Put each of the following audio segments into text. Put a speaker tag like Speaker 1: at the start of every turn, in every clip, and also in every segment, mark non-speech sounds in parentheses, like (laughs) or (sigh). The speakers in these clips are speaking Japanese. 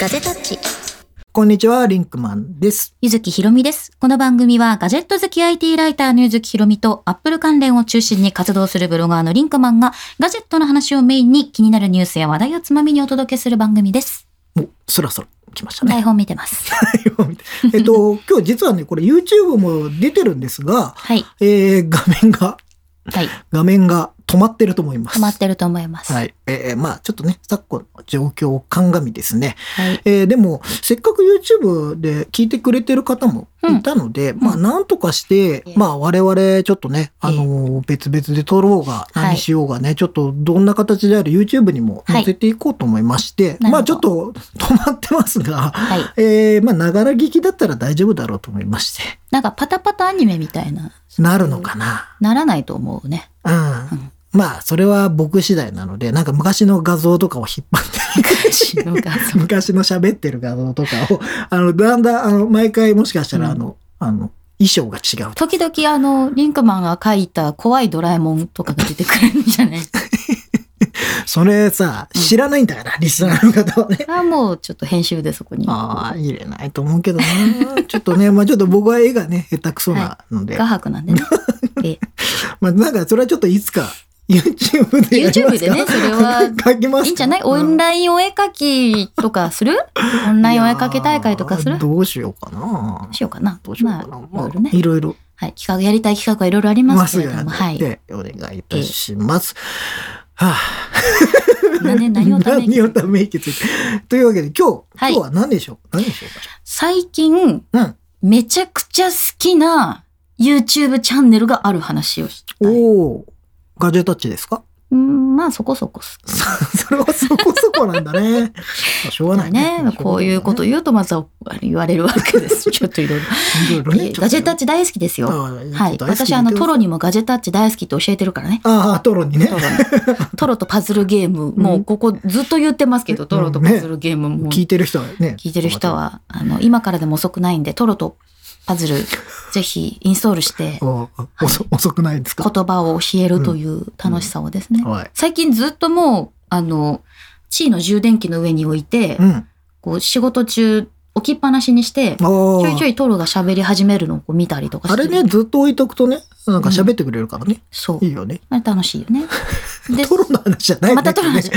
Speaker 1: ガジェタッチ。
Speaker 2: こんにちは、リンクマンです。
Speaker 1: ゆずきひろみです。この番組はガジェット好き IT ライターのゆずきひろみとアップル関連を中心に活動するブロガーのリンクマンがガジェットの話をメインに気になるニュースや話題をつまみにお届けする番組です。
Speaker 2: お、そろそろ来ましたね。
Speaker 1: 台本見てます。
Speaker 2: (laughs) えっと、今日実はね、これ YouTube も出てるんですが、
Speaker 1: はい。
Speaker 2: えー、画面が、
Speaker 1: はい。
Speaker 2: 画面が止まってると思います。
Speaker 1: 止まってると思います。
Speaker 2: はい。えー、まあちょっとね、昨今の状況を鑑みですね。
Speaker 1: はい。
Speaker 2: えー、でも、せっかく YouTube で聞いてくれてる方もいたので、まあなんとかして、
Speaker 1: ええ
Speaker 2: まあ我々ちょっとね、あのー別々で撮ろうが、
Speaker 1: い
Speaker 2: 何しようがね、ちょっとどんな形である YouTube にも載せていこうと思いまして、
Speaker 1: ど
Speaker 2: まあちょっと止まってますが、
Speaker 1: はい。
Speaker 2: えー、まあながら聞きだったら大丈夫だろうと思いまして、
Speaker 1: なんかパタパタアニメみたいな、
Speaker 2: なるのかな。
Speaker 1: ならないと思うね。
Speaker 2: うん。まあ、それは僕次第なので、なんか昔の画像とかを引っ張っていく
Speaker 1: 昔の画像
Speaker 2: (laughs) 昔の喋ってる画像とかを、 (laughs) あの、だんだん、あの、毎回もしかしたら、あの、あの、衣装が違うと。
Speaker 1: 時々あの、リンクマンが描いた怖いドラえもんとかが出てくるんじゃない
Speaker 2: それさ、知らないんだから、リスナーの
Speaker 1: (laughs)
Speaker 2: 方はね。
Speaker 1: あもうちょっと編集でそこに。
Speaker 2: ああ、入れないと思うけどな。 (laughs) ちょっとね、まあちょっと僕は絵がね、下手くそなので、
Speaker 1: 画伯なんで
Speaker 2: (laughs)
Speaker 1: ね。で
Speaker 2: まあなんかそれはちょっといつか、YouTube でやりますか
Speaker 1: YouTube でねそれは
Speaker 2: (laughs) 書きますか
Speaker 1: いいんじゃないオンラインお絵かきとかするオンラインお絵かき大会とかす
Speaker 2: い
Speaker 1: る
Speaker 2: やーどうしようかな。
Speaker 1: しようかな。
Speaker 2: どうしようかな。
Speaker 1: まあ、い
Speaker 2: ま
Speaker 1: ろ
Speaker 2: あ
Speaker 1: いろね。
Speaker 2: いろいろ
Speaker 1: はい。企画、やりたい企画はいろいろありま
Speaker 2: ます
Speaker 1: け
Speaker 2: す
Speaker 1: れど
Speaker 2: が
Speaker 1: も、はい。
Speaker 2: でお願いいたします。はあ、
Speaker 1: 何何をため息
Speaker 2: (laughs) 何をため息ついてというわけで今日、
Speaker 1: はい
Speaker 2: 今日は何でしょう何でしょ
Speaker 1: 最近、
Speaker 2: うか。
Speaker 1: めちゃくちゃ好きな YouTube チャンネルがある話をした
Speaker 2: うん。
Speaker 1: い。
Speaker 2: おおー、ガジェタッチですか (laughs)
Speaker 1: うん、まあそこそこ好き。
Speaker 2: それはそこそこなんだ
Speaker 1: (laughs)
Speaker 2: ね。まあしょうがないね。
Speaker 1: ね、こういうこと
Speaker 2: しょ
Speaker 1: 言うとまずは言われるわけ
Speaker 2: (laughs)
Speaker 1: です。ちょっといろいろ。
Speaker 2: うがないね。いろいろね。
Speaker 1: ガジェタッ
Speaker 2: チ
Speaker 1: チ大好きですよ。はい。私、あの、トロにもガジェタッチ大好きって教えてるからね。
Speaker 2: ああ、トロにね
Speaker 1: ト。
Speaker 2: (laughs)
Speaker 1: ロにトロとパズルゲーム、もうここずっと言ってますけど、トロとパズルゲームも
Speaker 2: 聞いてる人はね。
Speaker 1: 聞いてる人。は、あの、今からでも遅くないんで、トロとパ
Speaker 2: (laughs)
Speaker 1: ズル、ぜひインストールして、
Speaker 2: お遅遅くないですか
Speaker 1: 言葉を教えるという楽しさをですね。
Speaker 2: はい。
Speaker 1: 最近ずっともう、あの、地位の充電器の上に置いて、
Speaker 2: うん。
Speaker 1: こう仕事中置きっぱなしにして、ち
Speaker 2: お
Speaker 1: ょいちょいトロが喋り始めるのをこう見たりとかし
Speaker 2: あ
Speaker 1: て
Speaker 2: れ
Speaker 1: る。
Speaker 2: ね、ずっと置いとくとね、なんか喋ってくれるからね。
Speaker 1: そう
Speaker 2: い。いよね。
Speaker 1: あれ楽しいよ
Speaker 2: (laughs)
Speaker 1: ね。で、
Speaker 2: トロの話じゃな
Speaker 1: (laughs)
Speaker 2: い
Speaker 1: またトロの話
Speaker 2: ね。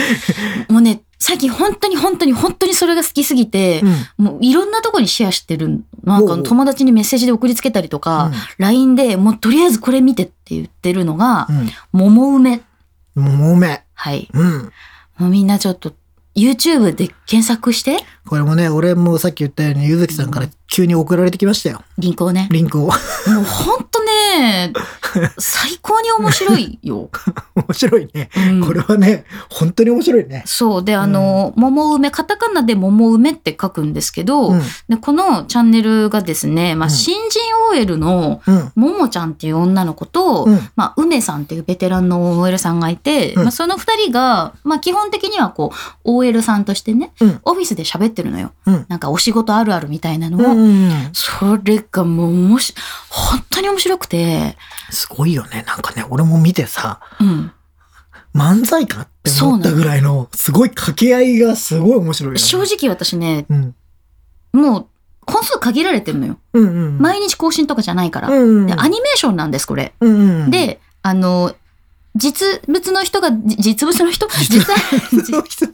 Speaker 1: もうね、最近本当に本当に本当にそれが好きすぎて、
Speaker 2: うん
Speaker 1: もういろんなとこにシェアしてる。なんかあ
Speaker 2: おうお
Speaker 1: の
Speaker 2: う
Speaker 1: 友達にメッセージで送りつけたりとか、LINE でもうとりあえずこれ見てって言ってるのが、桃梅。
Speaker 2: うん。うん。もめ。
Speaker 1: はい。
Speaker 2: うん。
Speaker 1: もうみんなちょっと、YouTube で検索して、
Speaker 2: これもね、俺もさっき言ったように、ゆずきさんから急に送られてきましたよ。
Speaker 1: リンクをね。
Speaker 2: リンクを。 (laughs)
Speaker 1: もう本当ね、最高に面白い
Speaker 2: (laughs)
Speaker 1: よ。
Speaker 2: 面白いね。
Speaker 1: うん
Speaker 2: これはね、本当に面白いね。
Speaker 1: そう。で、あの、桃梅、カタカナで桃梅って書くんですけど、
Speaker 2: うん。
Speaker 1: でこのチャンネルがですね、ま
Speaker 2: う
Speaker 1: あ、
Speaker 2: ん
Speaker 1: 新人 OL の
Speaker 2: うん。
Speaker 1: ももちゃんっていう女の子と、
Speaker 2: うん。
Speaker 1: まあ、梅さんっていうベテランの OL さんがいて、
Speaker 2: うん
Speaker 1: まあ、その二人が、まあ、基本的にはこう、OL さんとしてね、
Speaker 2: うん
Speaker 1: オフィスで喋ってるのよ。
Speaker 2: うん
Speaker 1: なんかお仕事あるあるみたいなの
Speaker 2: う
Speaker 1: を。
Speaker 2: んうん。
Speaker 1: それがもうおもし、本当に面白くて、
Speaker 2: すごいよね。なんかね、俺も見てさ、
Speaker 1: うん。
Speaker 2: 漫才かって思ったぐらいの、すごい掛け合いがすごい面白いよね。
Speaker 1: 正直私ね、
Speaker 2: うん。
Speaker 1: もう、本数限られてるのよ。
Speaker 2: うんうん。
Speaker 1: 毎日更新とかじゃないから。
Speaker 2: うん。
Speaker 1: でアニメーションなんです、これ。
Speaker 2: うんうんうん、
Speaker 1: で、あの、実物の人が、じ実物の人
Speaker 2: 実
Speaker 1: 実際、
Speaker 2: (laughs) その人、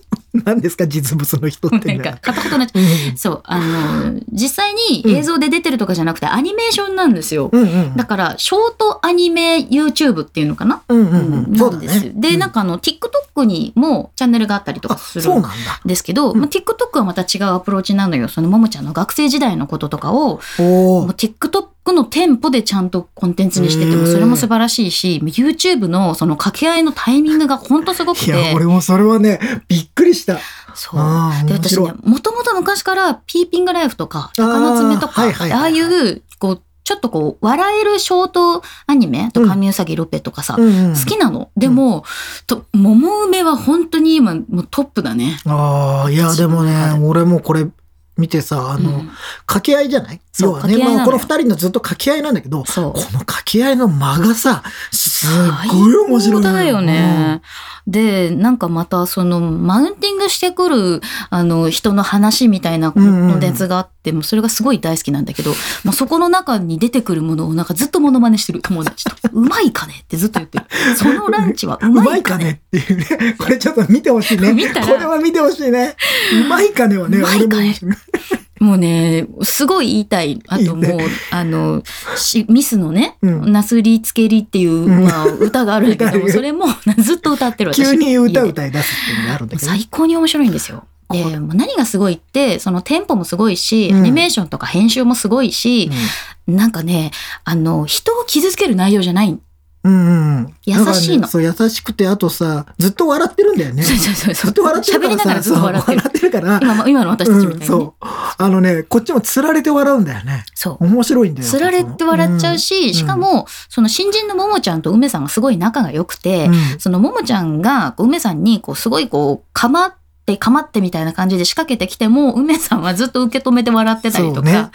Speaker 2: 何ですか実物の人っ
Speaker 1: な
Speaker 2: て
Speaker 1: ん
Speaker 2: ね。
Speaker 1: か、片言になっちゃ
Speaker 2: うん
Speaker 1: う。そう、あ
Speaker 2: (laughs)
Speaker 1: の、実際に映像で出てるとかじゃなくて、アニメーションなんですよ。
Speaker 2: うんうん
Speaker 1: だから、ショートアニメ YouTube っていうのかな、
Speaker 2: うんうんうん。
Speaker 1: な
Speaker 2: そ
Speaker 1: ん
Speaker 2: う
Speaker 1: で
Speaker 2: だ
Speaker 1: す
Speaker 2: ね。
Speaker 1: で、なん
Speaker 2: か、
Speaker 1: かあの、TikTok にもチャンネルがあったりとか
Speaker 2: あ、
Speaker 1: す
Speaker 2: そ
Speaker 1: る
Speaker 2: うんなんだ。
Speaker 1: ですけど、まあ、TikTok はまた違うアプローチなのよ。その、ももちゃんの学生時代のこととかを、
Speaker 2: お
Speaker 1: もう
Speaker 2: ー
Speaker 1: TikTok の店舗でちゃんとコンテンツにしてても
Speaker 2: へー
Speaker 1: それも素晴らしいし、もう YouTube のその掛け合いのタイミングがほんとすごく
Speaker 2: いや、
Speaker 1: て
Speaker 2: 俺、もそれはね、びっくりした。
Speaker 1: そう。
Speaker 2: ああ、
Speaker 1: で、
Speaker 2: 面
Speaker 1: 私
Speaker 2: 白
Speaker 1: ね
Speaker 2: い。、
Speaker 1: もともと昔からピーピングライフとか、
Speaker 2: あー
Speaker 1: 鷹の爪とか、
Speaker 2: はいはいはい
Speaker 1: ああいう、こう、ちょっとこう、笑えるショートアニメと
Speaker 2: うん
Speaker 1: か、神うさぎロペとかさ、
Speaker 2: うんうん
Speaker 1: 好きなの。でも、と、桃梅は本当に今、もうトップだね。
Speaker 2: ああ、いや、でもね、俺もこれ、見てさ、あの、
Speaker 1: うん
Speaker 2: 掛け合いじゃない
Speaker 1: そう
Speaker 2: 要はね、
Speaker 1: 掛け合いなのよ
Speaker 2: まあ、この二人のずっと掛け合いなんだけど、こ
Speaker 1: そう
Speaker 2: の掛け合いの間がさ、すっごい面白
Speaker 1: 最高
Speaker 2: いの。
Speaker 1: だよね。で、なんかまたそのマウンティングしてくるあの人の話みたいなコ
Speaker 2: うんうん
Speaker 1: ンテンツがあって、もうそれがすごい大好きなんだけど、もうそこの中に出てくるものをなんかずっとモノマネしてる友達と。うまいかねってずっと言ってる。そのランチは
Speaker 2: (laughs) う
Speaker 1: う
Speaker 2: ま
Speaker 1: ま
Speaker 2: い
Speaker 1: いか
Speaker 2: か
Speaker 1: ね
Speaker 2: ねっていうね。 (laughs) これちょっと見てほしいね。
Speaker 1: 見たら
Speaker 2: これは見てほしいね。うまいかねはね、
Speaker 1: うまいかね
Speaker 2: 俺も
Speaker 1: もうね、すごい言いたい。あともう、
Speaker 2: 言い
Speaker 1: あの、しミスのね、
Speaker 2: うん
Speaker 1: なすりつけりっていう、
Speaker 2: ん
Speaker 1: まあ、歌があるんだけ
Speaker 2: (laughs) 歌あ
Speaker 1: ども、
Speaker 2: る
Speaker 1: それもずっと歌ってる私
Speaker 2: 急に歌
Speaker 1: 家で
Speaker 2: 歌い出すっていうのがあるんだけど。
Speaker 1: 最高に面白いんですよ。で、
Speaker 2: これ
Speaker 1: もう何がすごいって、そのテンポもすごいし、
Speaker 2: うん
Speaker 1: アニメーションとか編集もすごいし、なんかね、あの、人を傷つける内容じゃない。
Speaker 2: うんうんうん。
Speaker 1: 優しいの
Speaker 2: だからねそう、優しくて、あとさ、ずっと笑ってるんだよね。
Speaker 1: そう
Speaker 2: ず
Speaker 1: そうそうそう。
Speaker 2: っと笑ってる
Speaker 1: 喋
Speaker 2: から
Speaker 1: りな
Speaker 2: さ
Speaker 1: がらずっと笑ってる
Speaker 2: そう。笑ってるから。
Speaker 1: 今も、今の私たちみたいにね。
Speaker 2: うん、そう。あのね、こっちも釣られて笑うんだよね。
Speaker 1: そう。
Speaker 2: 面白いんだよ。
Speaker 1: つられて笑っちゃう
Speaker 2: し、
Speaker 1: し、
Speaker 2: ん
Speaker 1: しかも、その新人のももちゃんと梅さんがすごい仲が良くて、
Speaker 2: うん
Speaker 1: そのももちゃんがこう梅さんにこうすごいこうかまってかまってみたいな感じで仕掛けてきても梅さんはずっと受け止めて笑ってたりとか、
Speaker 2: そうね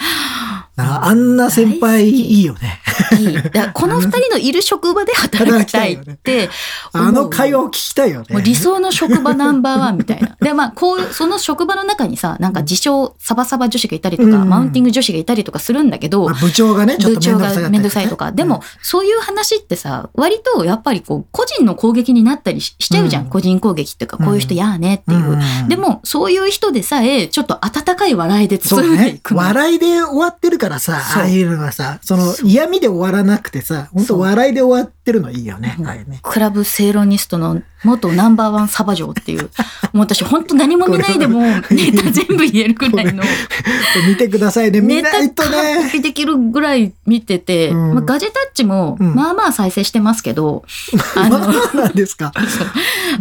Speaker 2: ああんな先輩いいよね。
Speaker 1: いいだからこの二人のいる職場で働きたいって思う
Speaker 2: (laughs) あの会話を聞きたいよね。
Speaker 1: もう理想の職場ナンバーワンみたい
Speaker 2: (laughs)
Speaker 1: な。で、まあ、こういう、その職場の中にさ、なんか自称、サバサバ女子がいたりとか、
Speaker 2: うん
Speaker 1: マウンティング女子がいたりとかするんだけど、
Speaker 2: まあ部長がね、ちょっ
Speaker 1: 部
Speaker 2: と
Speaker 1: 長
Speaker 2: 面倒くさかったり
Speaker 1: がめ
Speaker 2: ね
Speaker 1: んどくさいとか。でも、、そういう話ってさ、割とやっぱりこう、個人の攻撃になったりししちゃうじゃん。
Speaker 2: うん
Speaker 1: 個人攻撃っていうか、
Speaker 2: うん
Speaker 1: こういう人やーねっていう。
Speaker 2: うん
Speaker 1: で、も、そういう人でさえ、ちょっと温かい笑いで
Speaker 2: そ
Speaker 1: 包
Speaker 2: うん
Speaker 1: でい
Speaker 2: ね。
Speaker 1: くの。
Speaker 2: 笑いで終わってるからさ、
Speaker 1: そう
Speaker 2: ああいうのがさ、その
Speaker 1: そう
Speaker 2: 嫌味で終わらなくてさ、本
Speaker 1: そう
Speaker 2: 当笑いで終わってるのいいよね。
Speaker 1: うん
Speaker 2: ああいうね
Speaker 1: クラブセイロニストの元ナンバーワンサバ嬢っていう、 (laughs) もう私本当何も見ないでもネタ全部言えるくら
Speaker 2: (laughs)
Speaker 1: いの、
Speaker 2: 見てくださいね。見
Speaker 1: ネタ
Speaker 2: ないと
Speaker 1: 完
Speaker 2: ね。
Speaker 1: 璧できるぐらい見てて、
Speaker 2: うん
Speaker 1: まあ、ガジェタッチも、
Speaker 2: うん
Speaker 1: まあまあ再生してますけど、あ
Speaker 2: (laughs) ま
Speaker 1: の、
Speaker 2: あ、なんですか。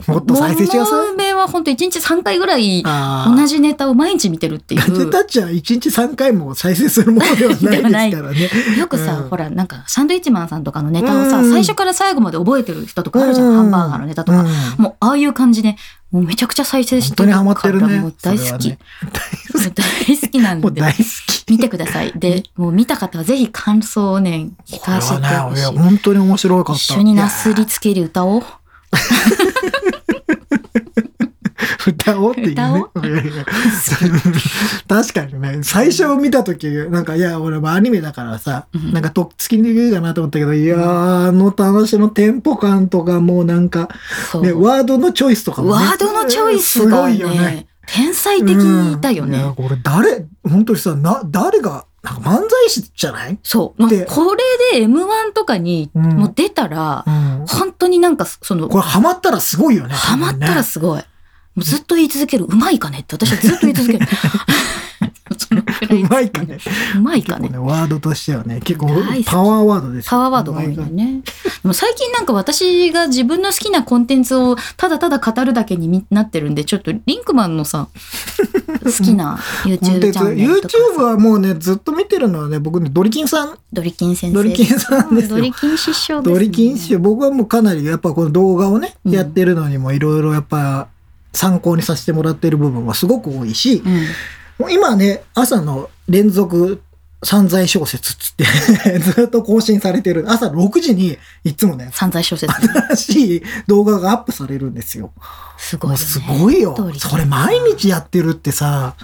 Speaker 2: もっと再生してください。
Speaker 1: めは本当1日3回ぐらい
Speaker 2: ああ
Speaker 1: 同じネタを毎日見てるってい
Speaker 2: ガジェ
Speaker 1: う
Speaker 2: タ。ッチは1日3回も再生するものではないですからね。
Speaker 1: よくさ、
Speaker 2: うん
Speaker 1: ほら、なんか、サンドイッチマンさんとかのネタをさ、
Speaker 2: うん
Speaker 1: 最初から最後まで覚えてる人とかあるじゃん。
Speaker 2: うん
Speaker 1: ハンバーガーのネタとか。もう、ああいう感じで、もうめちゃくちゃ再生
Speaker 2: 本
Speaker 1: し
Speaker 2: 当
Speaker 1: て
Speaker 2: に
Speaker 1: る
Speaker 2: ハ
Speaker 1: か
Speaker 2: マってる
Speaker 1: ら、
Speaker 2: ね。
Speaker 1: もう大好き。
Speaker 2: それはね
Speaker 1: もう大好きなん
Speaker 2: もう
Speaker 1: で
Speaker 2: 大。好き。
Speaker 1: 見てください。で、もう見た方はぜひ感想をね、聞
Speaker 2: これ
Speaker 1: かせて
Speaker 2: は
Speaker 1: ほ
Speaker 2: ね、い
Speaker 1: し
Speaker 2: や
Speaker 1: い。
Speaker 2: 本当に面白かった。
Speaker 1: 一緒になすりつけり歌おう。
Speaker 2: 歌おうっていうね。
Speaker 1: 歌おう
Speaker 2: (laughs) 確かにね、最初見た時なんか、いや、俺もアニメだからさ、
Speaker 1: うん
Speaker 2: なんかとっつきにくいかなと思ったけど、いやー、あの楽しのテンポ感とか、もうなんか、
Speaker 1: そう。
Speaker 2: ね、ワードのチョイスとかもね。
Speaker 1: ワードのチョイスが
Speaker 2: すごいよね。
Speaker 1: ね、天才的だよ
Speaker 2: うんいや
Speaker 1: ね。
Speaker 2: これ誰、本当にさ、な、誰が、なんか漫才師じゃない
Speaker 1: そう。もう
Speaker 2: で
Speaker 1: これで M1 とかに
Speaker 2: うん
Speaker 1: もう出たら、
Speaker 2: うん。
Speaker 1: 本当になんかその
Speaker 2: こ、れハマったらすごいよね。
Speaker 1: ハマったらすごい。もうずっと言い続ける。うまいかねって私はずっと言い続
Speaker 2: (laughs)
Speaker 1: ける。 (laughs) そのくらい。
Speaker 2: うまいかね。
Speaker 1: うまい
Speaker 2: 結
Speaker 1: か
Speaker 2: 構
Speaker 1: ね
Speaker 2: ね、。ワードとしてはね、結構
Speaker 1: 大好き
Speaker 2: パワーワードですよ。
Speaker 1: パワーワードが多いんだよね。でも最近なんか私が自分の好きなコンテンツをただただ語るだけにみなってるんで、ちょっとリンクマンの
Speaker 2: (laughs)
Speaker 1: さ、好きな
Speaker 2: コンテ
Speaker 1: YouTube
Speaker 2: ン
Speaker 1: チ
Speaker 2: ツ、
Speaker 1: ャンネルとか
Speaker 2: YouTube はもうね、ずっと見てるのはね、僕ね、ドリキンさん、
Speaker 1: ドリキン先生。
Speaker 2: ドリキンさんです
Speaker 1: ド
Speaker 2: よ
Speaker 1: リ。キン師匠です、ね。
Speaker 2: ドリキン師匠、僕はもうかなり、やっぱこの動画をね、
Speaker 1: うん
Speaker 2: やってるのにもいろいろやっぱ、参考にさせてもらってる部分はすごく多いし
Speaker 1: う、ん。
Speaker 2: もう今ね、朝の連続散財小説っつって、 (laughs) ずっと更新されてる、朝6時にいつもね、
Speaker 1: 散財小説。
Speaker 2: 新しい動画がアップされるんですよ。
Speaker 1: すごい、
Speaker 2: も
Speaker 1: ね。
Speaker 2: うすごいよ
Speaker 1: ドリ。キン
Speaker 2: それ毎日やってるってさ、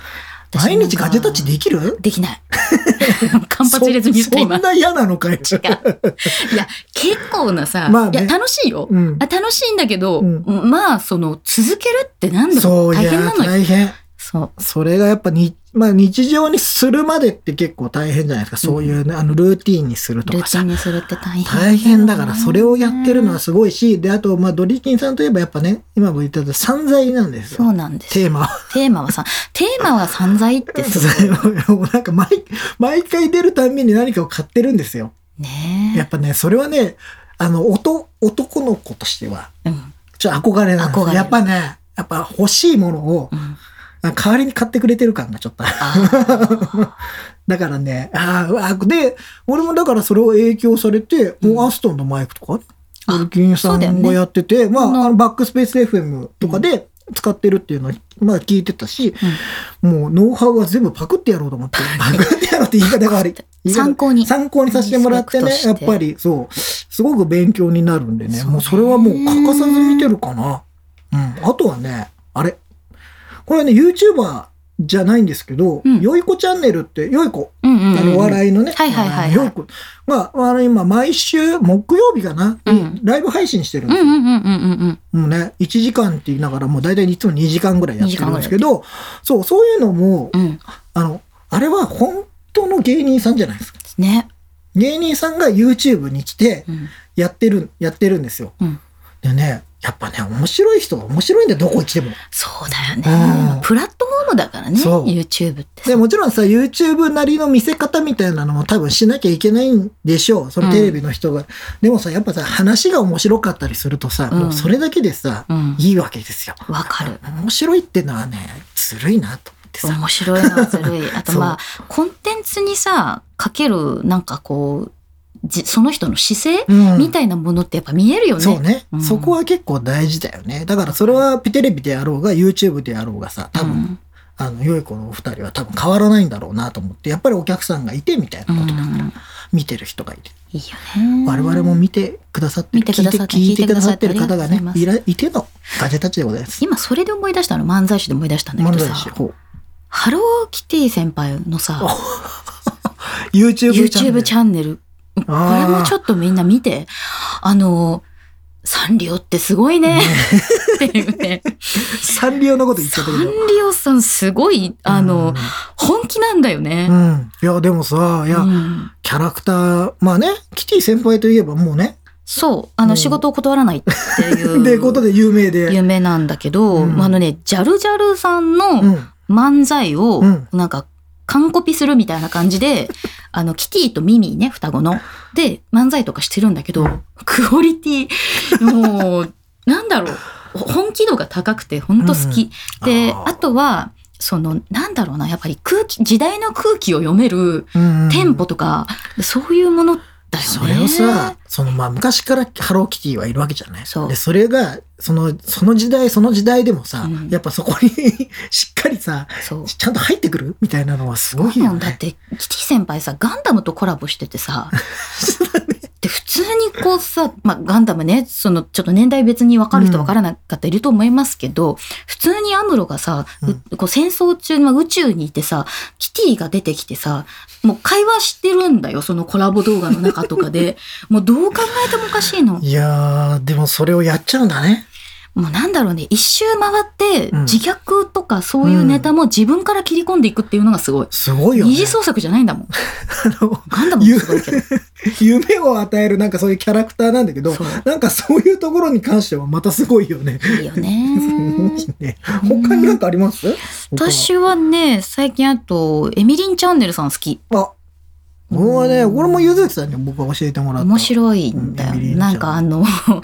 Speaker 1: 私
Speaker 2: 毎日
Speaker 1: なん
Speaker 2: ガ
Speaker 1: か
Speaker 2: ジェタッチできる
Speaker 1: できない。 (laughs) 間髪入れずに言った
Speaker 2: そ
Speaker 1: 今。
Speaker 2: そんな嫌なのかよ。
Speaker 1: 違う。いや、結構なさ、
Speaker 2: まあね
Speaker 1: いや、楽しいよ。
Speaker 2: うん
Speaker 1: あ楽しいんだけど、
Speaker 2: うん
Speaker 1: まあ、その、続けるってなんだろ
Speaker 2: そうう、い
Speaker 1: 大
Speaker 2: や
Speaker 1: 変な、のよ。
Speaker 2: 大変。
Speaker 1: そう。
Speaker 2: それがやっぱに、まあ日常にするまでって結構大変じゃないですか。そういうね、あの、ルーティンにすると
Speaker 1: ル
Speaker 2: か
Speaker 1: ーティ
Speaker 2: さ
Speaker 1: ン。にするって大変、
Speaker 2: 大変だから、それをやってるのはすごいし、で、あと、まあ、ドリキンさんといえばやっぱね、今も言ってた散財なんです
Speaker 1: そう
Speaker 2: よ。
Speaker 1: なんです。
Speaker 2: テーマは。
Speaker 1: テーマはさ、テーマは散財ってすごい
Speaker 2: もう (laughs) なんか毎、毎回出るたんびに何かを買ってるんですよ。や
Speaker 1: ね
Speaker 2: っぱね、それはね、あの、男、男の子としては、
Speaker 1: え。うん。
Speaker 2: ちょっと憧れなんです
Speaker 1: 憧
Speaker 2: よ。
Speaker 1: れ
Speaker 2: やっぱね、やっぱ欲しいものを
Speaker 1: う、ん。
Speaker 2: あ代わりに買ってくれてる感がちょっとある。 (laughs) だからね、あーうわで、俺もだからそれを影響されて、
Speaker 1: うん
Speaker 2: もうアストンのマイクとか、
Speaker 1: あ
Speaker 2: ドルキン
Speaker 1: そ
Speaker 2: さ
Speaker 1: うだよ
Speaker 2: ん
Speaker 1: ね
Speaker 2: がやってて、まあ、
Speaker 1: あの
Speaker 2: あの、バックスペース FM とかで、使ってるっていうのは、まあ聞いてたし、もうノウハウは全部パクってやろうと
Speaker 1: (laughs)
Speaker 2: 思って、パクってやろうって言い方が悪い。言い方
Speaker 1: 参考に。
Speaker 2: 参考にさせてもらってね
Speaker 1: リスペ
Speaker 2: や
Speaker 1: クト
Speaker 2: っ
Speaker 1: して
Speaker 2: ぱりそうすごく勉強になるんでね
Speaker 1: そうね
Speaker 2: もうそれはもう欠かさず見てるかなうんあとはねあれこれはね YouTuber じゃないんですけど、
Speaker 1: うん
Speaker 2: よいこチャンネルってよいこ
Speaker 1: うんうん
Speaker 2: あ
Speaker 1: うん。
Speaker 2: の笑いのね、
Speaker 1: はいはいはいはい
Speaker 2: あのよいこがあの今毎週木曜日かな、
Speaker 1: うん
Speaker 2: ライブ配信してるん
Speaker 1: う
Speaker 2: で
Speaker 1: んう
Speaker 2: すよ、
Speaker 1: んうんうんうんうん。
Speaker 2: もうね1時間って言いながらもう大体いつも2時間ぐらいやってるんですけどそうそういうのも
Speaker 1: うん。
Speaker 2: あのあれは本当の芸人さんじゃないですか
Speaker 1: ね。
Speaker 2: 芸人さんが YouTube に来て
Speaker 1: うん。
Speaker 2: やってる、やってるんですよ。
Speaker 1: うん
Speaker 2: でね、やっぱね、面白い人は面白いんだよ、どこ行っても。
Speaker 1: そうだよ
Speaker 2: う
Speaker 1: ね
Speaker 2: ん。
Speaker 1: プラットフォームだからね。
Speaker 2: そう
Speaker 1: YouTube ってさ。
Speaker 2: で、もちろんさ、YouTube なりの見せ方みたいなのも多分しなきゃいけないんでしょう。そのテレビの人が。でもさ、やっぱさ、話が面白かったりするとさ、
Speaker 1: うん
Speaker 2: もうそれだけでさ、
Speaker 1: うん。
Speaker 2: いいわけですよ。
Speaker 1: わかる。
Speaker 2: 面白いってのはね、ずるいなと思ってさ。
Speaker 1: 面白いのはずる
Speaker 2: (laughs)
Speaker 1: い。あと
Speaker 2: そう
Speaker 1: まあ、コンテンツにさ、かける、なんかこう、じその人の姿勢、
Speaker 2: うん
Speaker 1: みたいなものってやっぱ見えるよね。
Speaker 2: そうね、
Speaker 1: うん
Speaker 2: そこは結構大事だよね。だからそれはテレビでやろうが YouTube でやろうがさ、多分、
Speaker 1: うん
Speaker 2: あの、良い子のお二人は多分変わらないんだろうなと思って、やっぱりお客さんがいてみたいなことだから、
Speaker 1: うん
Speaker 2: 見てる人がいて、
Speaker 1: いいよね。
Speaker 2: 我々も見てくださって
Speaker 1: 見
Speaker 2: る、
Speaker 1: てくださって
Speaker 2: 聞いて聞いてくださってる方が
Speaker 1: ありがとうご
Speaker 2: ね
Speaker 1: ざいます
Speaker 2: いら、いてのガジェタッチでございます。
Speaker 1: 今それで思い出したの漫才師で思い出したんだけど
Speaker 2: 漫才師
Speaker 1: さ、
Speaker 2: こう
Speaker 1: ハローキティ先輩のさ、
Speaker 2: YouTube チャンネル。
Speaker 1: YouTube チャンネル、これもちょっとみんな見て、あの、サンリオってすごいね。っていうね。
Speaker 2: サンリオのこと言っちゃ
Speaker 1: サ
Speaker 2: ったけど。
Speaker 1: ンリオさんすごい、 (laughs) あの、本気なんだよ
Speaker 2: うん、
Speaker 1: ね。
Speaker 2: うん。いや、でもさ、いや、
Speaker 1: うん
Speaker 2: キャラクター、まあね、キティ先輩といえばもうね、
Speaker 1: そう、あ
Speaker 2: う
Speaker 1: の、
Speaker 2: ん
Speaker 1: 仕事を断らないっていう。
Speaker 2: (laughs) で、ことで有名で。
Speaker 1: 有名なんだけど、
Speaker 2: うん
Speaker 1: あのね、ジャルジャルさんの、
Speaker 2: うん。
Speaker 1: 漫才を
Speaker 2: うん、
Speaker 1: なんか、完コピするみたいな感じで、 (laughs) あの、キティとミミィね、双子の。で、漫才とかしてるんだけど、クオリティ、もう、なんだろう、本気度が高くて、ほんと好き。で、
Speaker 2: あー
Speaker 1: あとは、その、なんだろうな、やっぱり空気、時代の空気を読める
Speaker 2: うん
Speaker 1: テンポとか、そういうものだよね。
Speaker 2: それをさ、そのまあ昔からハローキティはいるわけじゃない
Speaker 1: そう
Speaker 2: で、それが、その、その時代、その時代でもさ、
Speaker 1: うん
Speaker 2: やっぱそこに (laughs) しっかりさ、
Speaker 1: そう。
Speaker 2: ちゃんと入ってくるみたいなのはすごいよ
Speaker 1: だっ
Speaker 2: ね。
Speaker 1: て、キティ先輩さ、ガンダムとコラボしてて
Speaker 2: (laughs)
Speaker 1: さ、で、普通にこうさ、まあ、ガンダムね、その、ちょっと年代別に分かる人
Speaker 2: うん
Speaker 1: 分からなかったいると思いますけど、普通にアムロがさ、うこう戦争中の宇宙にいてさ、キティが出てきてさ、もう会話してるんだよ、そのコラボ動画の中とか
Speaker 2: (laughs)
Speaker 1: で。もうどう考えてもおかしいの。
Speaker 2: いやー、でもそれをやっちゃうんだね。
Speaker 1: もうなんだろうね、一周回って
Speaker 2: うん
Speaker 1: 自虐とかそういうネタも自分から切り込んでいくっていうのがすごい。
Speaker 2: すごいよね。
Speaker 1: 二次創作じゃないんだもん。
Speaker 2: あの
Speaker 1: ガンダムもすごいけど。
Speaker 2: 夢を与えるなんかそういうキャラクターなんだけど
Speaker 1: そう、
Speaker 2: なんかそういうところに関してはまたすごいよね。
Speaker 1: いいよ
Speaker 2: (laughs)
Speaker 1: ね。
Speaker 2: ね他になんかあります他
Speaker 1: 私はね、最近あと、エミリンチャンネルさん好き。
Speaker 2: あ、僕はね、これもゆずきさんに僕は教えてもらった。
Speaker 1: 面白いんだよ。
Speaker 2: うんエミリンチャン
Speaker 1: なんかあの、 (laughs)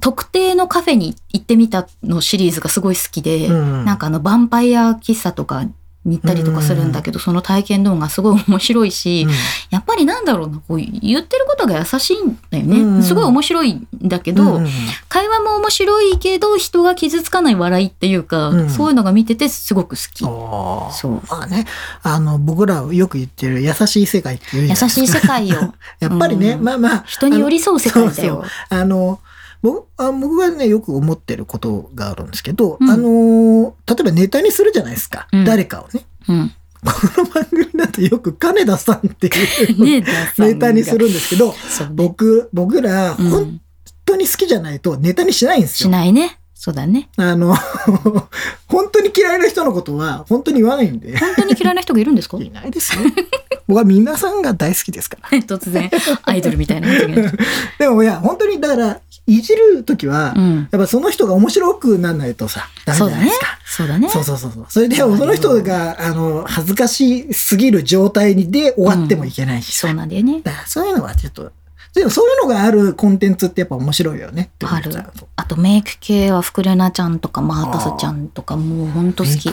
Speaker 1: 特定のカフェに行ってみたのシリーズがすごい好きで、
Speaker 2: うん
Speaker 1: なんかあの、ヴァンパイア喫茶とかに行ったりとかするんだけど、その体験動画すごい面白いし、
Speaker 2: うん
Speaker 1: やっぱりなんだろうな、こう言ってることが優しいんだよね。
Speaker 2: うん
Speaker 1: すごい面白いんだけど、
Speaker 2: うん
Speaker 1: 会話も面白いけど、人が傷つかない笑いっていうか、
Speaker 2: うん
Speaker 1: そういうのが見ててすごく好き。
Speaker 2: あー
Speaker 1: そう。
Speaker 2: まあね、あの、僕らよく言ってる優しい世界っていう
Speaker 1: 優
Speaker 2: じゃない
Speaker 1: しい世界よ。
Speaker 2: やっぱりね、
Speaker 1: うん
Speaker 2: まあまあ、
Speaker 1: 人に寄り添う世界だ
Speaker 2: あの
Speaker 1: よ。
Speaker 2: あの、僕あ僕がね、よく思ってることがあるんですけど、
Speaker 1: うん
Speaker 2: あの、例えばネタにするじゃないですか。
Speaker 1: うん
Speaker 2: 誰かをね。
Speaker 1: うん。
Speaker 2: この番組だとよく金田さんってい
Speaker 1: (laughs)
Speaker 2: う、
Speaker 1: ねえ、ダンさんが
Speaker 2: ネタにす。るんですけど、
Speaker 1: そうね。
Speaker 2: 僕、僕ら、
Speaker 1: うん
Speaker 2: 本当に好きじゃないとネタにしないんです
Speaker 1: し
Speaker 2: よ。
Speaker 1: ないね。そうだね。
Speaker 2: あの、 (laughs) 本当に嫌いな人のことは本当に言わないんで。
Speaker 1: 本当に嫌いな人がいるんですか
Speaker 2: いないですね。 (laughs) 僕は皆さんが大好きですから。
Speaker 1: 突然、アイドルみたいな発
Speaker 2: (laughs)
Speaker 1: 言。
Speaker 2: でもいや、本当にだから、いじるときは、
Speaker 1: う
Speaker 2: やっ
Speaker 1: ん。
Speaker 2: ぱその人が面白くならないとさ、ダメじゃないですか。
Speaker 1: そうだね。
Speaker 2: そうそうそうそう。それで、
Speaker 1: なるほ
Speaker 2: そ
Speaker 1: ど
Speaker 2: の人が、あの、恥ずかしすぎる状態にで終わってもいけないしさ、
Speaker 1: そうなんだよね。
Speaker 2: だからそういうのはちょっと、でもそういうのがあるコンテンツってやっぱ面白いよね。
Speaker 1: あるあとメイク系は福レナちゃんとかマーカスちゃんとかもうほんと好き。
Speaker 2: き。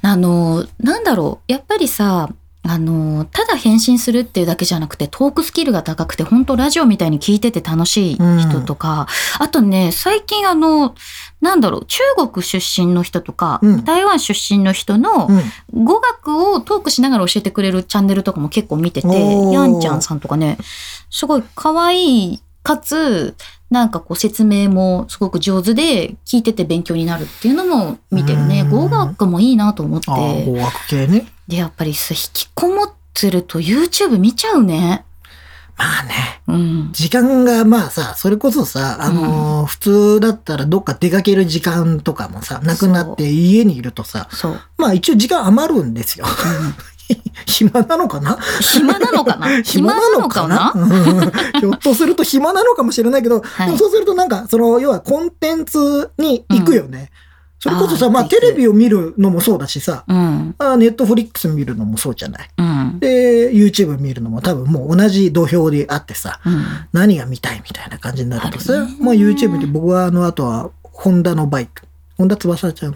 Speaker 1: あの、なんだろう。やっぱりさ、あの、ただ返信するっていうだけじゃなくて、トークスキルが高くて、本当ラジオみたいに聞いてて楽しい人とか、あとね、最近あの、なんだろう、中国出身の人とか、
Speaker 2: うん
Speaker 1: 台湾出身の人の
Speaker 2: うん。
Speaker 1: 語学をトークしながら教えてくれるチャンネルとかも結構見てて、
Speaker 2: おー
Speaker 1: ヤンちゃんさんとかね、すごい可愛い、かつ、なんかこう説明もすごく上手で、聞いてて勉強になるっていうのも見てるね。
Speaker 2: うん
Speaker 1: 語学もいいなと思って。
Speaker 2: ああ、語学系ね。
Speaker 1: で、やっぱりさ、引きこもってると YouTube 見ちゃうね。
Speaker 2: まあね。
Speaker 1: うん。
Speaker 2: 時間がまあさ、それこそさ、あのー普通だったらどっか出かける時間とかもさ、なくなって家にいるとさ、
Speaker 1: そう。うん
Speaker 2: まあ一応時間余るんですよ。 (laughs) 暇なのかな
Speaker 1: 暇なのか
Speaker 2: (laughs)
Speaker 1: な暇なのかな
Speaker 2: うんひょっとすると暇なのかもしれないけど、
Speaker 1: はい
Speaker 2: でもそうするとなんか、その、要はコンテンツに行くよね。それこそ
Speaker 1: あ
Speaker 2: さ、
Speaker 1: ー
Speaker 2: まあ
Speaker 1: 行く
Speaker 2: テレビを見るのもそうだしさ、
Speaker 1: うん。
Speaker 2: あーネットフリックス見るのもそうじゃない。
Speaker 1: うん。
Speaker 2: で、YouTube 見るのも多分もう同じ土俵であってさ、
Speaker 1: うん。
Speaker 2: 何が見たいみたいな感じになると
Speaker 1: あ
Speaker 2: さ
Speaker 1: るね、
Speaker 2: まあ YouTube で僕はあの、あとは、ホンダのバイク。ホンダ翼ち
Speaker 1: (laughs)
Speaker 2: ゃん
Speaker 1: あ